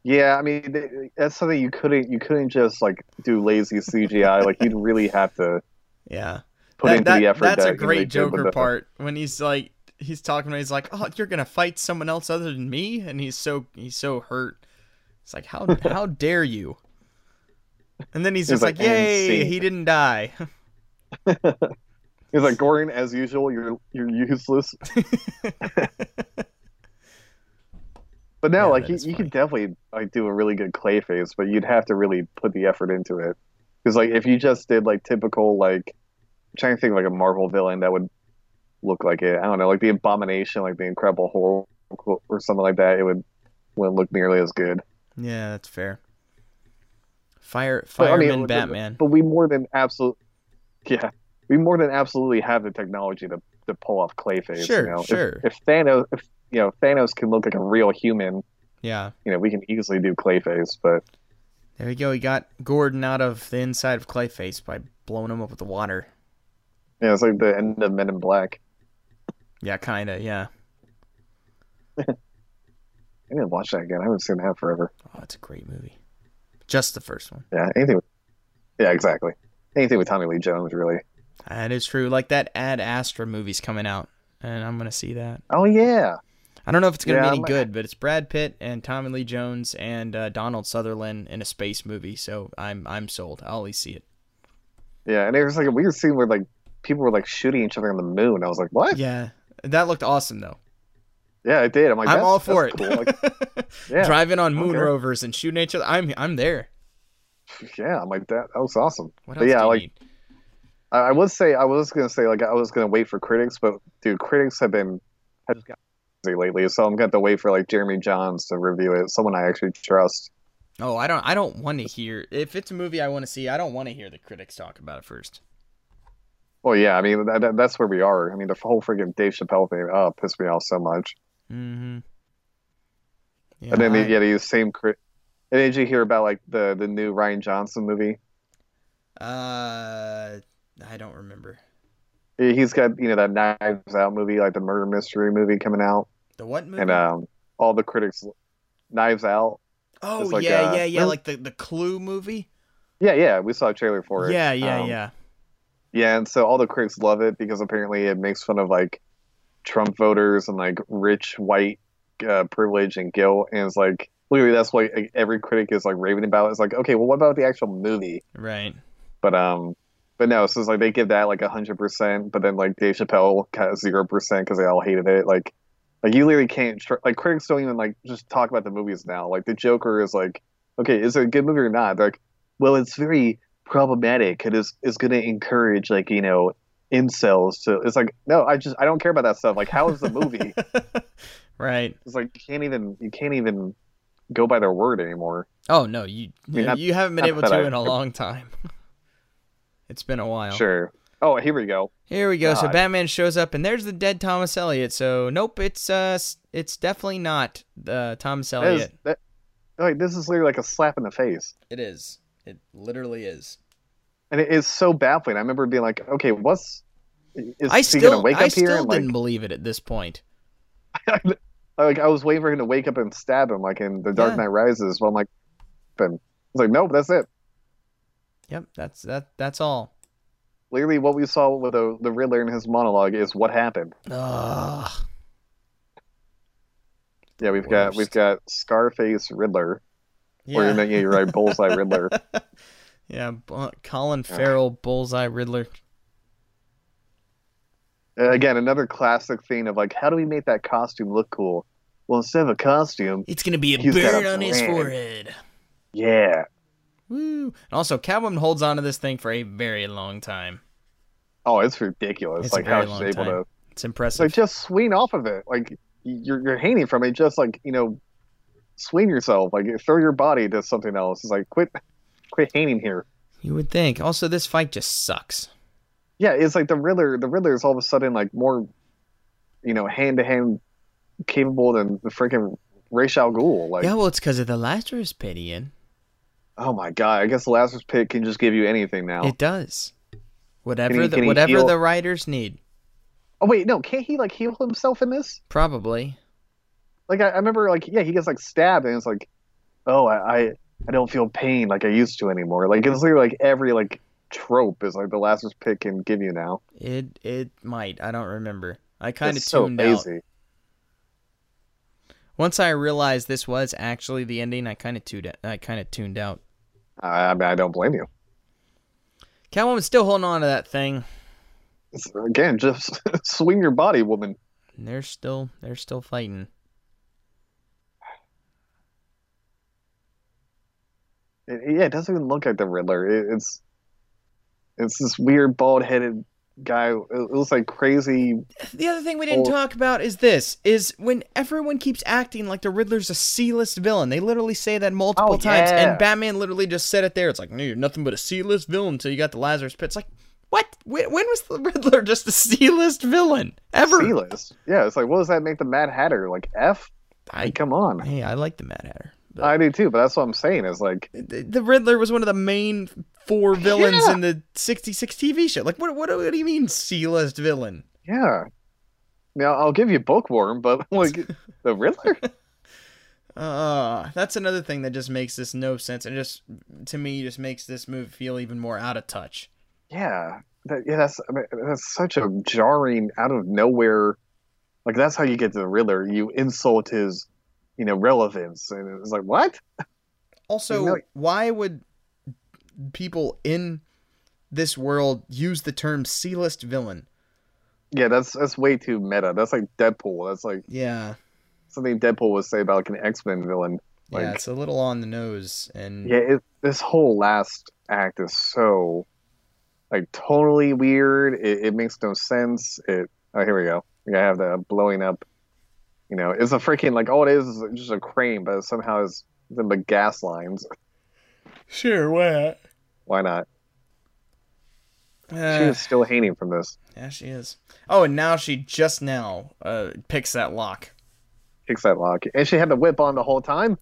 S2: Yeah, I mean th- that's something you couldn't you couldn't just like do lazy CGI. like you'd really have to
S1: Yeah,
S2: put
S1: That-
S2: into
S1: that-
S2: the effort.
S1: That's
S2: that,
S1: a
S2: you know,
S1: great
S2: they did with
S1: Joker
S2: the-
S1: part when he's like, he's talking to me. He's like, "Oh, you're gonna fight someone else other than me," and he's so he's so hurt. It's like, how how dare you? And then he's just
S2: He's
S1: like,
S2: like, "And
S1: "Yay,
S2: scene."
S1: he didn't die."
S2: He's like Goring, as usual. You're you're useless. But
S1: Yeah,
S2: no, like
S1: that
S2: you,
S1: is
S2: you
S1: funny.
S2: could definitely like do a really good clay face, but you'd have to really put the effort into it. Because like if you just did like typical like I'm trying to think of, like a Marvel villain that would look like it. I don't know, like the Abomination, like the Incredible Hulk or something like that. It would wouldn't look nearly as good.
S1: yeah, that's fair. Fire
S2: But, I
S1: fireman
S2: mean, but-
S1: Batman.
S2: But we more than absolutely, yeah, we more than absolutely have the technology to, to pull off Clayface.
S1: Sure,
S2: you know? If-
S1: sure.
S2: If, Thanos, if you know Thanos can look like a real human,
S1: yeah,
S2: you know we can easily do Clayface. But
S1: there we go. He got Gordon out of the inside of Clayface by blowing him up with the water.
S2: you know, it's like the end of Men in Black.
S1: Yeah, kinda. Yeah,
S2: I need to watch that again. I haven't seen that forever.
S1: oh, it's a great movie. Just the first one.
S2: Yeah, anything. With, yeah, exactly. Anything with Tommy Lee Jones, really.
S1: That is true. Like that Ad Astra movie's coming out, and I'm gonna see that.
S2: Oh yeah,
S1: I don't know if it's gonna
S2: Yeah,
S1: be any
S2: I'm-
S1: good, but it's Brad Pitt and Tommy Lee Jones and uh, Donald Sutherland in a space movie, so I'm I'm sold. I'll at least see it.
S2: yeah. And there was like a weird scene where like people were like shooting each other on the moon. I was like, what? Yeah,
S1: Yeah, that looked awesome though.
S2: it did. I'm like,
S1: I'm
S2: that's-
S1: all for it.
S2: that's Cool. Like, yeah,
S1: Driving on moon
S2: Okay.
S1: rovers and shooting each other. I'm I'm there.
S2: yeah. I'm like that. That was awesome.
S1: What
S2: But
S1: else
S2: yeah,
S1: do you
S2: like-
S1: need?
S2: I, I would say I was gonna say like I was gonna wait for critics, but dude, critics have been have got busy lately, so I'm gonna have to wait for like Jeremy Johns to review it. Someone I actually trust.
S1: Oh, I don't I don't want to hear if it's a movie I want to see. I don't want to hear the critics talk about it first.
S2: Well, yeah, I mean that, that- that's where we are. I mean the whole freaking Dave Chappelle thing uh, pissed me off so much.
S1: Mm-hmm. Yeah,
S2: and then
S1: I-
S2: they, yeah, these same crit. And did you hear about like the the new Ryan Johnson movie?
S1: Uh, I don't remember.
S2: He's got you know that Knives Out movie, like the murder mystery movie coming out,
S1: The what movie?
S2: and um, all the critics, Knives Out.
S1: oh
S2: it's like,
S1: yeah,
S2: uh,
S1: yeah, yeah,
S2: remember-
S1: like the the Clue movie.
S2: Yeah, yeah, we saw a trailer for it.
S1: Yeah, yeah,
S2: Um,
S1: yeah.
S2: Yeah, and so all the critics love it because apparently it makes fun of like Trump voters and like rich white uh, privilege and guilt, and it's like literally that's why like, every critic is like raving about. It. It's like okay, well, what about the actual movie?
S1: Right.
S2: But um, but no, so it's like they give that like hundred percent, but then like Dave Chappelle got zero percent because they all hated it. Like, like you literally can't tr- like critics don't even like just talk about the movies now. Like the Joker is like, okay, is it a good movie or not? They're like, well, it's very problematic. It is is going to encourage like you know incels to. It's like no, I just I don't care about that stuff. Like, how is the movie?
S1: Right.
S2: it's like you can't even you can't even go by their word anymore.
S1: Oh no, you
S2: mean, not-
S1: you haven't been
S2: not
S1: able
S2: that
S1: to
S2: I-
S1: in a long time. it's been a while.
S2: Sure. Oh, here we go.
S1: Here we go. So
S2: God.
S1: Batman shows up, and there's the dead Thomas Elliot. So nope, it's uh, s- it's definitely not uh, Thomas
S2: That is-
S1: Elliot.
S2: that- like this is literally like a slap in the face.
S1: It is. It literally is.
S2: and it is so baffling. I remember being like, okay, what's is
S1: I
S2: he gonna
S1: still,
S2: wake
S1: I
S2: up here?
S1: still
S2: And like,
S1: didn't believe it at this point.
S2: like I was waiting for him to wake up and stab him, like in The Dark
S1: Yeah.
S2: Knight Rises. But I'm like, and I was like, nope, that's it.
S1: Yep, that's that. That's all.
S2: Literally, what we saw with the the Riddler in his monologue is what happened.
S1: Ugh.
S2: Yeah, we've got
S1: Worst.
S2: we've got Scarface Riddler, or
S1: Yeah.
S2: yeah, you're right, Bullseye Riddler.
S1: yeah. Bu- Colin Farrell, Bullseye, Riddler.
S2: Uh, Again, another classic thing of like, how do we make that costume look cool? Well, instead of a costume,
S1: It's gonna be a
S2: He's got a
S1: bird on his
S2: plan.
S1: forehead.
S2: yeah.
S1: Woo! And also, Catwoman holds onto this thing for a very long time.
S2: Oh, it's ridiculous.
S1: It's a
S2: like how
S1: very
S2: she's
S1: long
S2: able
S1: time.
S2: to
S1: It's
S2: It's like
S1: impressive.
S2: just swing off of it. Like you're you're hanging from it. Just like you know, swing yourself. Like throw your body to something else. It's like quit, quit hanging here.
S1: You would think. Also, this fight just sucks.
S2: Yeah, it's like the Riddler. The Riddler is all of a sudden like more, you know, hand to hand capable than the freaking Ra's al Ghul. Like
S1: yeah, well, it's because of the Lazarus Pit, Ian.
S2: oh my god, I guess the Lazarus Pit can just give you anything now.
S1: It does. Whatever
S2: he-
S1: the
S2: can he
S1: whatever
S2: heal-
S1: the writers need,
S2: oh wait, no, can't he like heal himself in this?
S1: probably.
S2: Like I, I remember, like yeah, he gets like stabbed, and it's like, oh, I, I, I don't feel pain like I used to anymore. Like it's literally like every like trope is like the Lazarus Pit can give you now.
S1: It it might. I don't remember. I kind of
S2: It's so
S1: tuned out.
S2: lazy.
S1: Once I realized this was actually the ending, I kind of tuned. I kind of tuned out.
S2: I, I mean, I don't blame you.
S1: Catwoman's still holding on to that thing.
S2: It's, again, just swing your body, woman.
S1: And they're still they're still fighting.
S2: It, it- yeah, it doesn't even look like the Riddler. It, it's, it's this weird bald headed guy. It, it looks like crazy.
S1: The other thing we didn't
S2: Oh.
S1: talk about is this: is when everyone keeps acting like the Riddler's a C-list villain. They literally say that multiple
S2: Oh,
S1: times,
S2: yeah.
S1: and Batman literally just said it there. It's like, no, you're nothing but a C-list villain until you got the Lazarus Pit. It's like, what? When, when was the Riddler just a C-list villain ever?
S2: C list. Yeah, it's like, what does that make the Mad Hatter? Like F?
S1: I,
S2: Come on.
S1: hey, I like the Mad Hatter. but-
S2: I do too, but that's what I'm saying. Is like,
S1: the the Riddler was one of the main four villains
S2: Yeah.
S1: in the '66 TV show. Like, what? What, what do you mean C-list villain?
S2: Yeah. Now I'll give you bookworm, but like the Riddler.
S1: Uh, that's another thing that just makes this no sense, and just to me, just makes this move feel even more out of touch.
S2: Yeah, that, yeah. That's I mean, that's such a jarring, out of nowhere. Like that's how you get to the Riddler. You insult his, you know, relevance, and it's like what?
S1: Also,
S2: No.
S1: why would people in this world use the term C-list villain?
S2: Yeah, that's that's way too meta. That's like Deadpool. That's like
S1: Yeah,
S2: something Deadpool would say about like an X Men villain. Like
S1: yeah, it's a little on the nose, and
S2: yeah, it, this whole last act is so like totally weird. It, it makes no sense. It oh here we go. We gotta have the blowing up. You know, it's a freaking like all it is is just a crane, but somehow it's nothing but gas lines.
S1: sure, what?
S2: Why not? She
S1: Uh,
S2: was still hating from this.
S1: yeah, she is. Oh, and now she just now uh, picks that lock.
S2: Kicks that lock, and she had the whip on the whole time.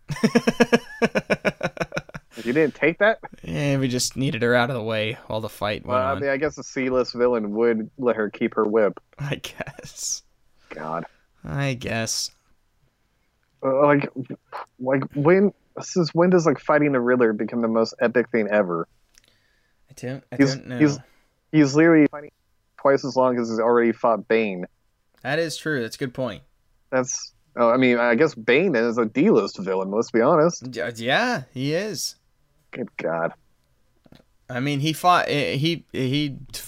S2: You didn't take that?
S1: Yeah, we just needed her out of the way while the fight went
S2: Well, I
S1: on.
S2: mean, I guess a C-list villain would let her keep her whip.
S1: I guess.
S2: God,
S1: I guess.
S2: Uh, like, like when this is when does like fighting the Riddler become the most epic thing ever?
S1: I don't. I
S2: He's-
S1: don't know.
S2: he's- He's literally fighting twice as long as he's already fought Bane.
S1: That is true. That's a good point.
S2: That's, oh, I mean, I guess Bane is a D-list villain. Let's be honest.
S1: Y- uh, Yeah, he is.
S2: Good God,
S1: I mean, he fought. eh, He he t-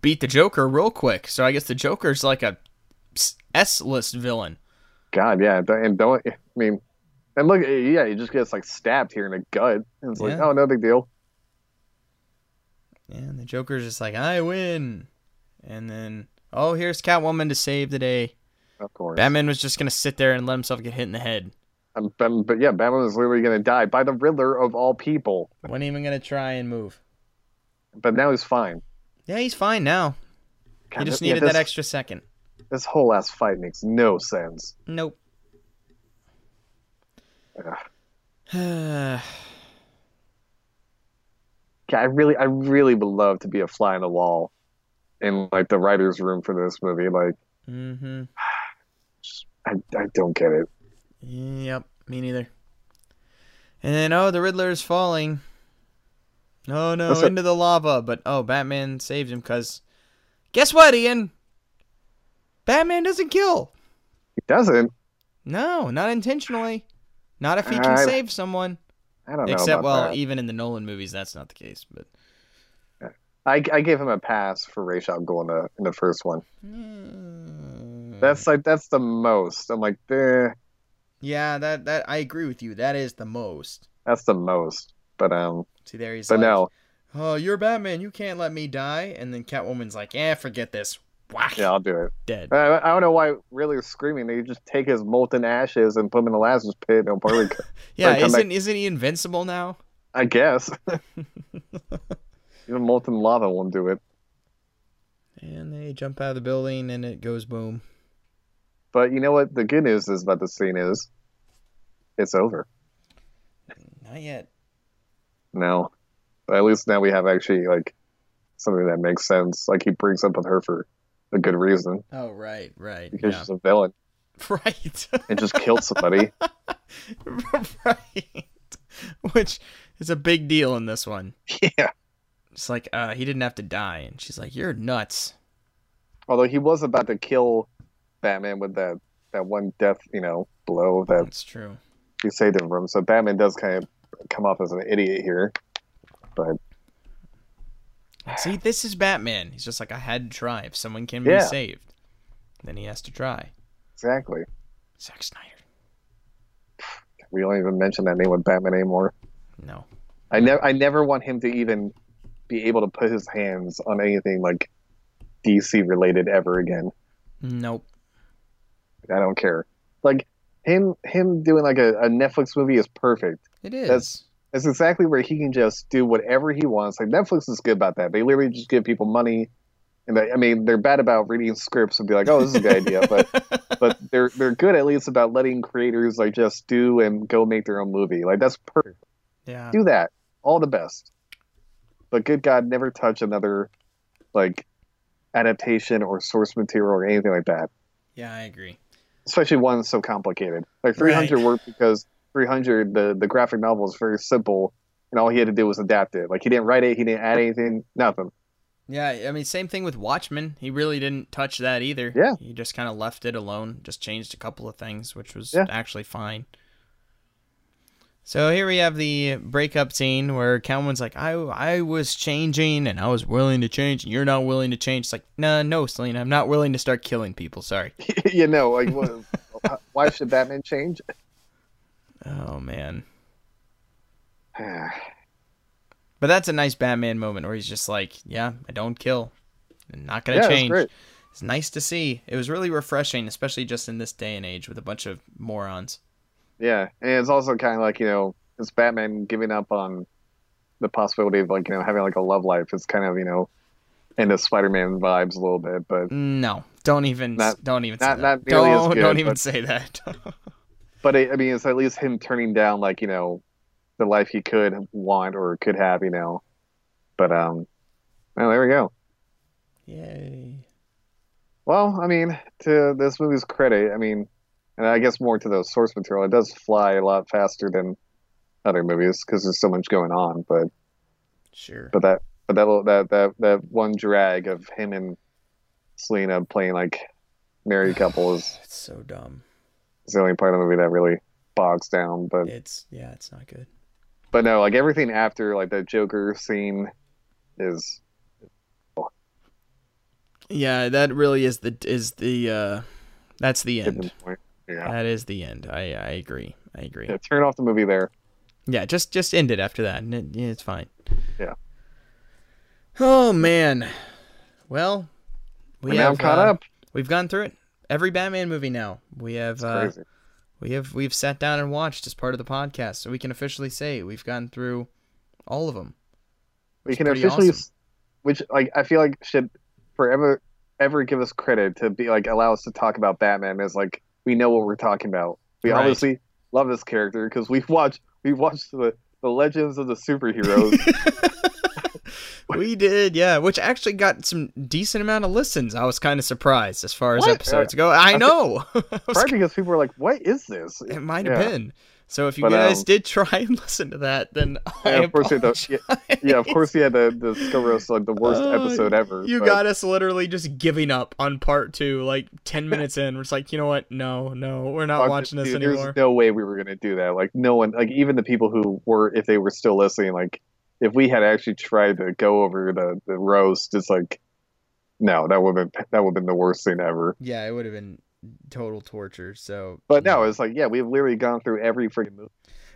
S1: beat the Joker real quick. So I guess the Joker's like a S list villain.
S2: God, yeah, don't- and don't. I mean, and look, yeah, he just gets like stabbed here in the gut, and it's like,
S1: Yeah.
S2: oh, no big deal.
S1: And the Joker's just like, I win. And then, oh, here's Catwoman to save the day.
S2: Of course.
S1: Batman was just gonna sit there and let himself get hit in the head.
S2: Um, Bat- but yeah, Batman is literally going to die by the Riddler of all people.
S1: wasn't even gonna try and move.
S2: But now he's fine.
S1: Yeah, he's fine now.
S2: God,
S1: he just
S2: yeah,
S1: needed
S2: this,
S1: that extra second.
S2: This whole ass fight makes no sense.
S1: Nope.
S2: Ugh.
S1: yeah,
S2: God, I really, I really would love to be a fly on the wall in like the writers' room for this movie. Like,
S1: Mm-hmm.
S2: I, I don't get it.
S1: Yep. Me neither. And then, oh, the Riddler is falling. Oh no,
S2: That's a-
S1: into the lava. But oh, Batman saves him because, guess what, Ian? Batman doesn't kill.
S2: He doesn't.
S1: No, not intentionally. Not if he can
S2: I-
S1: save someone.
S2: I don't know.
S1: Except,
S2: about
S1: well,
S2: that.
S1: even in the Nolan movies, that's not the case. But
S2: I, I gave him a pass for Ra's al Ghul in the in the first one.
S1: Mm.
S2: That's like that's the most. I'm like, eh,
S1: yeah. That that I agree with you. That is the most.
S2: that's the most. But um,
S1: See, there he's
S2: but
S1: like,
S2: no,
S1: "Oh, you're Batman. You can't let me die." And then Catwoman's like, "Eh, forget this. Whack,
S2: yeah, I'll do it.
S1: dead."
S2: I, I don't know why Riddler's screaming. They just take his molten ashes and put him in the Lazarus pit. And he'll probably,
S1: Yeah,
S2: come
S1: isn't
S2: back-
S1: isn't he invincible now?
S2: I guess. Even molten lava won't do it.
S1: And they jump out of the building, and it goes boom.
S2: But you know what? The good news is about the scene is it's over.
S1: Not yet.
S2: No, but at least now we have actually like something that makes sense. Like he brings up with her for a good reason
S1: Oh, right, right,
S2: because she's a villain
S1: yeah, right.
S2: and just killed somebody.
S1: right. Which is a big deal in this one.
S2: yeah.
S1: It's like, uh, he didn't have to die. And she's like, you're nuts.
S2: Although he was about to kill Batman with that that one death, you know, blow that
S1: That's true.
S2: he saved him from. So Batman does kind of come off as an idiot here. But
S1: See, this is Batman. He's just like, I had to try. If someone can be
S2: Yeah.
S1: saved, then he has to try.
S2: exactly,
S1: Zack Snyder.
S2: we don't even mention that name with Batman anymore.
S1: No.
S2: I never, I never want him to even be able to put his hands on anything like DC related ever again.
S1: Nope.
S2: I don't care. Like him, him doing like a, a Netflix movie is perfect.
S1: It is.
S2: That's- That's exactly where he can just do whatever he wants. Like Netflix is good about that. They literally just give people money. And they, I mean, they're bad about reading scripts and be like, "Oh, this is a good idea," but but they're they're good at least about letting creators like just do and go make their own movie. Like that's perfect.
S1: yeah.
S2: Do that. All the best. But good God, never touch another like adaptation or source material or anything like that.
S1: Yeah, I agree.
S2: Especially one so complicated. Like
S1: Right.
S2: 300 worked because 300 the the graphic novel is very simple and all he had to do was adapt it. Like he didn't write it, he didn't add anything, nothing.
S1: Yeah, I mean, same thing with Watchmen. He really didn't touch that either.
S2: Yeah.
S1: He just kind of left it alone, just changed a couple of things, which was
S2: Yeah.
S1: actually fine. So here we have the breakup scene where Calvin's like, I, I was changing and I was willing to change, and you're not willing to change. It's like, nah, no, Selena, I'm not willing to start killing people. Sorry.
S2: you know, like what, why should Batman change?
S1: Oh, man. But that's a nice Batman moment where he's just like, yeah, I don't kill. I'm not going
S2: Yeah,
S1: to
S2: that's
S1: change.
S2: great.
S1: It's nice to see. It was really refreshing, especially just in this day and age with a bunch of morons.
S2: Yeah, and it's also kind of like you know, it's Batman giving up on the possibility of like you know having like a love life. It's kind of you know, into Spider-Man vibes a little bit, but
S1: No, don't even
S2: Not-
S1: don't even
S2: not-
S1: say
S2: not
S1: that.
S2: nearly as
S1: don't
S2: good,
S1: don't even
S2: but-
S1: say that.
S2: but it, I mean, it's at least him turning down like you know, the life he could want or could have, you know. But um, well, there we go.
S1: Yay.
S2: Well, I mean, to this movie's credit, I mean, and I guess more to the source material, it does fly a lot faster than other movies because there's so much going on. But
S1: Sure.
S2: but that but that little- that that that one drag of him and Selena playing like married couple is,
S1: It's so dumb.
S2: is the only part of the movie that really bogs down. But
S1: It's yeah, it's not good.
S2: but no, like everything after like the Joker scene is
S1: Yeah, that really is the is the uh that's the
S2: hidden
S1: end.
S2: point. Yeah.
S1: That is the end. I I agree. I agree.
S2: yeah, turn off the movie there.
S1: Yeah, just just end it after that, and it, yeah, it's fine.
S2: Yeah.
S1: Oh man. Well, we
S2: and now
S1: have
S2: I'm caught
S1: uh,
S2: up.
S1: We've gone through it. Every Batman movie now. We have
S2: It's
S1: uh,
S2: crazy.
S1: we have we've sat down and watched as part of the podcast, so we can officially say we've gone through all of them.
S2: We
S1: it's
S2: can
S1: pretty
S2: officially,
S1: awesome.
S2: s which like I feel like should forever ever give us credit to be like allow us to talk about Batman as like we know what we're talking about. We
S1: Right.
S2: obviously love this character because we've watched we've watched the the Legends of the Superheroes.
S1: we did, yeah. Which actually got some decent amount of listens. I was kind of surprised as far as
S2: What?
S1: episodes go. I know. I was
S2: Probably because people were like, "What is this?"
S1: It might have
S2: Yeah.
S1: been. So if you
S2: But,
S1: guys
S2: um,
S1: did try and listen to that, then I
S2: And of course, you had
S1: apologize.
S2: the, yeah, yeah, of course, you had the the Scarosa, like the worst
S1: Oh,
S2: episode ever.
S1: You
S2: but-
S1: got us literally just giving up on part two, like ten minutes in. We're just like, you know what? No, no, we're not
S2: Fuck
S1: watching this
S2: dude,
S1: anymore.
S2: There's no way we were gonna do that. Like no one, like even the people who were, if they were still listening, like if we had actually tried to go over the the roast, it's like, no, that would have been that would have been the worst thing ever.
S1: Yeah, it would have been total torture. So,
S2: But no, it's like yeah, we've literally gone through every freaking movie.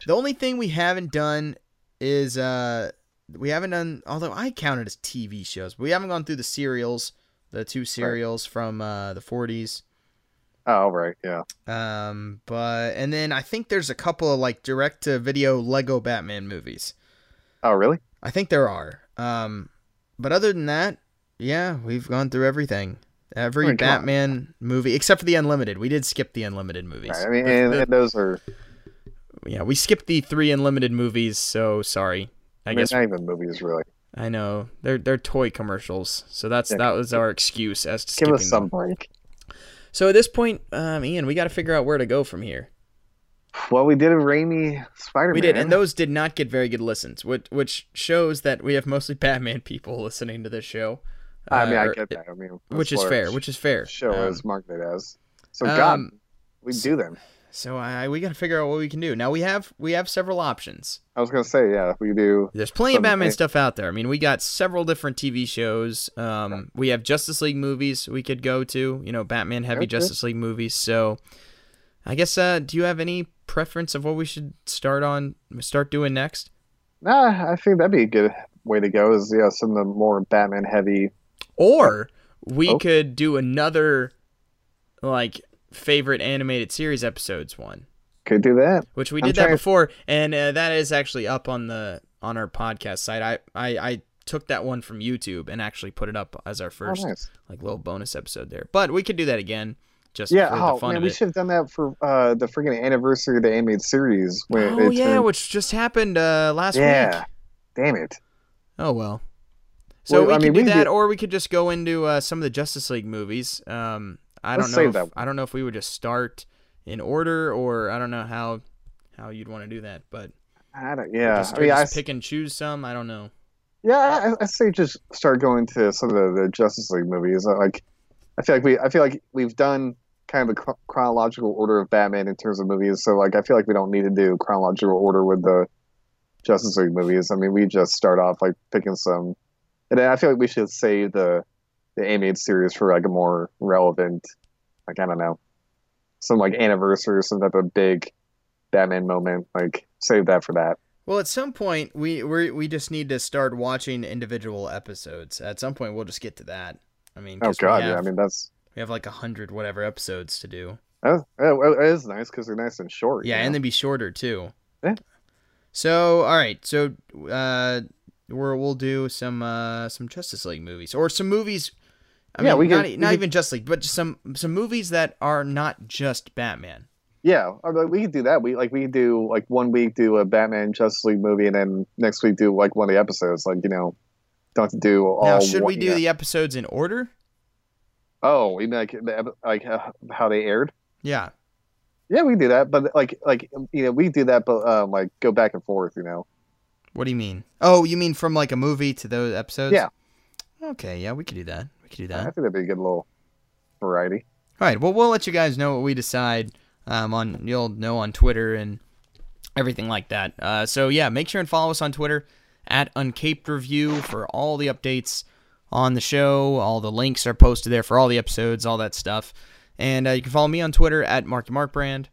S1: the only thing we haven't done is uh, we haven't done. Although I count it as TV shows, we haven't gone through the serials, the two serials from uh, the '40s.
S2: Oh right, yeah,
S1: Um, but and then I think there's a couple of like direct to video Lego Batman movies.
S2: oh really?
S1: I think there are. Um, but other than that, yeah, we've gone through everything. Every
S2: Oh, come on.
S1: Batman movie, except for the Unlimited. We did skip the Unlimited movies.
S2: Right, I mean,
S1: The-
S2: and,
S1: the-
S2: and those are
S1: yeah, we skipped the three Unlimited movies. So sorry. I
S2: I, mean,
S1: guess
S2: not even movies really.
S1: I know they're they're toy commercials. So that's
S2: Yeah,
S1: that was our excuse as to
S2: Give
S1: skipping
S2: us some
S1: them.
S2: break.
S1: So at this point, um, Ian, we got to figure out where to go from here.
S2: Well, we did a rainy Spider-Man.
S1: We did, and those did not get very good listens, which which shows that we have mostly Batman people listening to this show.
S2: I
S1: uh,
S2: mean, I
S1: or-
S2: get that. I mean, that's
S1: which is
S2: what
S1: fair.
S2: our
S1: Which is fair.
S2: show
S1: Um,
S2: is marketed as. So God,
S1: um,
S2: we
S1: so-
S2: do them.
S1: So I, we got to figure out what we can do. Now we have we have several options.
S2: I was gonna say, yeah, we do.
S1: There's plenty of
S2: Some- eh,
S1: Batman stuff out there. I mean, we got several different TV shows. Um, we have Justice League movies we could go to. You know, Batman heavy
S2: Okay.
S1: Justice League movies. So I guess uh, do you have any preference of what we should start on start doing next?
S2: Nah, I think that'd be a good way to go. Is yeah, some of the more Batman heavy.
S1: Or we
S2: Oh.
S1: could do another like favorite animated series episodes one.
S2: Could do that.
S1: which we
S2: I'm
S1: did that
S2: trying-
S1: before, and uh, that is actually up on the on our podcast site. I, I I took that one from YouTube and actually put it up as our first
S2: oh, nice.
S1: like little bonus episode there. But we could do that again, just
S2: Yeah.
S1: for the
S2: Oh
S1: fun
S2: man,
S1: of
S2: we
S1: it.
S2: should have done that for uh, the freaking anniversary of the animated series. When
S1: oh
S2: it
S1: yeah,
S2: turned-
S1: which just happened uh, last
S2: yeah.
S1: week.
S2: Damn it.
S1: Oh well. So
S2: Well,
S1: we
S2: I
S1: could
S2: mean,
S1: do
S2: we can
S1: that,
S2: do-
S1: or we could just go into uh, some of the Justice League movies. Um, I
S2: Let's
S1: don't know.
S2: save
S1: If,
S2: that one.
S1: I don't know if we would just start in order, or I don't know how how you'd want to do that, but
S2: I don't, yeah.
S1: just,
S2: I
S1: or
S2: mean, I,
S1: just
S2: s-
S1: pick and choose some. I don't know.
S2: yeah. I, I say just start going to some of the, the Justice League movies. I- Like, I feel like we, I feel like we've done kind of the chro- chronological order of Batman in terms of movies. So like, I feel like we don't need to do chronological order with the Justice League movies. I mean, we just start off like picking some, and then I feel like we should save the the animated series for like a more relevant, like I don't know, some like anniversary or some type of big Batman moment. Like save that for that.
S1: Well, at some point, we we we just need to start watching individual episodes. At some point, we'll just get to that. I mean,
S2: Oh
S1: 'cause we
S2: god,
S1: have,
S2: yeah. I mean, that's
S1: we have like a hundred whatever episodes to do.
S2: that, that that is nice because they're nice and short.
S1: Yeah,
S2: you
S1: and
S2: know?
S1: they'd be shorter too.
S2: Yeah.
S1: So, all right, so uh, we're we'll do some uh some Justice League movies or some movies. I
S2: Yeah,
S1: mean,
S2: we
S1: not, e,
S2: could- we
S1: not
S2: could-
S1: even Justice League, but just some some movies that are not just Batman.
S2: Yeah, or, like, we could do that. We like we could do like one week do a Batman Justice League movie, and then next week do like one of the episodes. Like you know, don't have to do all.
S1: Now, should we
S2: one-
S1: do
S2: Oh, yeah.
S1: the episodes in order?
S2: Oh, you mean like the ep- like uh, how they aired?
S1: Yeah.
S2: Yeah, we can do that, but like like you know we do that, but um, like go back and forth. You know,
S1: What do you mean? Oh, you mean from like a movie to those episodes?
S2: Yeah.
S1: Okay, yeah, we could do that. We could do
S2: I
S1: that.
S2: think that'd be a good little variety.
S1: All right. Well, we'll let you guys know what we decide um, on. You'll know on Twitter and everything like that. Uh, so yeah, make sure and follow us on Twitter at Uncaped Review for all the updates on the show. All the links are posted there for all the episodes, all that stuff. And uh, you can follow me on Twitter at Marky Mark Brand.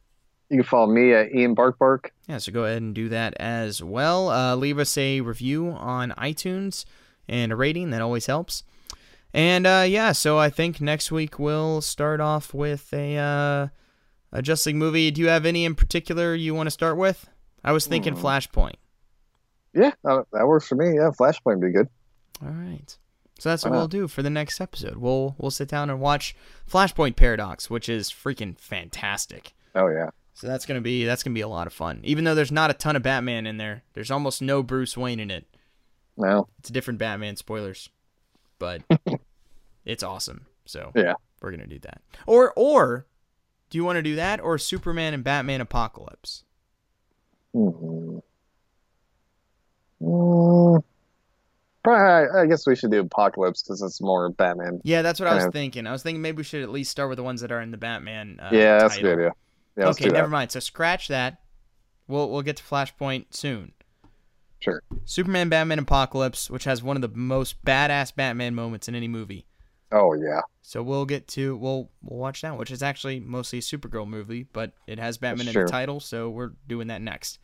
S2: You can follow me at Ian Bark Bark.
S1: Yeah, so go ahead and do that as well. Uh, leave us a review on iTunes and a rating. That always helps. And uh, yeah, so I think next week we'll start off with a, uh, a Just League movie. Do you have any in particular you want to start with? I was thinking
S2: Hmm.
S1: Flashpoint.
S2: Yeah, uh, that works for me. Yeah, Flashpoint would be good.
S1: All right. So that's what
S2: Wow.
S1: we'll do for the next episode. We'll we'll sit down and watch Flashpoint Paradox, which is freaking fantastic.
S2: Oh yeah,
S1: So that's gonna be that's gonna be a lot of fun. Even though there's not a ton of Batman in there, there's almost no Bruce Wayne in it.
S2: well,
S1: it's a different Batman spoilers, but it's awesome. So
S2: Yeah.
S1: we're gonna do that. Or or do you want to do that or Superman and Batman Apocalypse?
S2: hmm. Mm. Probably, Uh, I I guess we should do Apocalypse because it's more Batman.
S1: Yeah, that's what I was
S2: Yeah.
S1: thinking. I was thinking maybe we should at least start with the ones that are in the Batman. Uh,
S2: yeah, that's a
S1: title.
S2: good idea. Yeah, let's
S1: okay,
S2: do that.
S1: never mind. So scratch that. We'll we'll get to Flashpoint soon.
S2: Sure.
S1: Superman Batman Apocalypse, which has one of the most badass Batman moments in any movie.
S2: Oh yeah,
S1: So we'll get to we'll we'll watch that, which is actually mostly a Supergirl movie, but it has Batman in
S2: Sure.
S1: the title, so we're doing that next.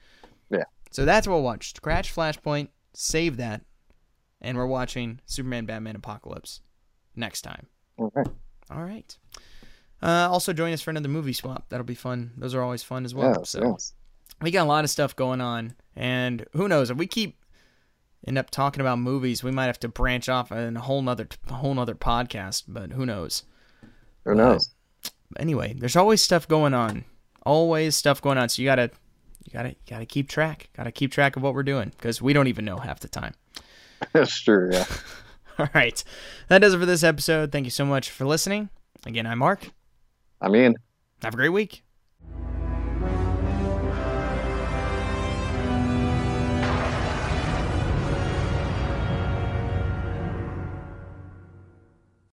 S2: Yeah.
S1: So that's what we'll watch. Scratch Flashpoint, save that, and we're watching Superman Batman Apocalypse next time.
S2: all right.
S1: All right. Uh, also join us for another movie swap. That'll be fun. Those are always fun as well.
S2: yes,
S1: so
S2: yes.
S1: we got a lot of stuff going on, and who knows if we keep end up talking about movies, we might have to branch off in a whole nother whole nother podcast. But who knows?
S2: Who knows?
S1: anyway, there's always stuff going on. Always stuff going on. So you gotta, you gotta, you gotta keep track. Gotta keep track of what we're doing because we don't even know half the time.
S2: That's true. Yeah.
S1: All right, that does it for this episode. Thank you so much for listening. Again, I'm Mark.
S2: I mean.
S1: Have a great week.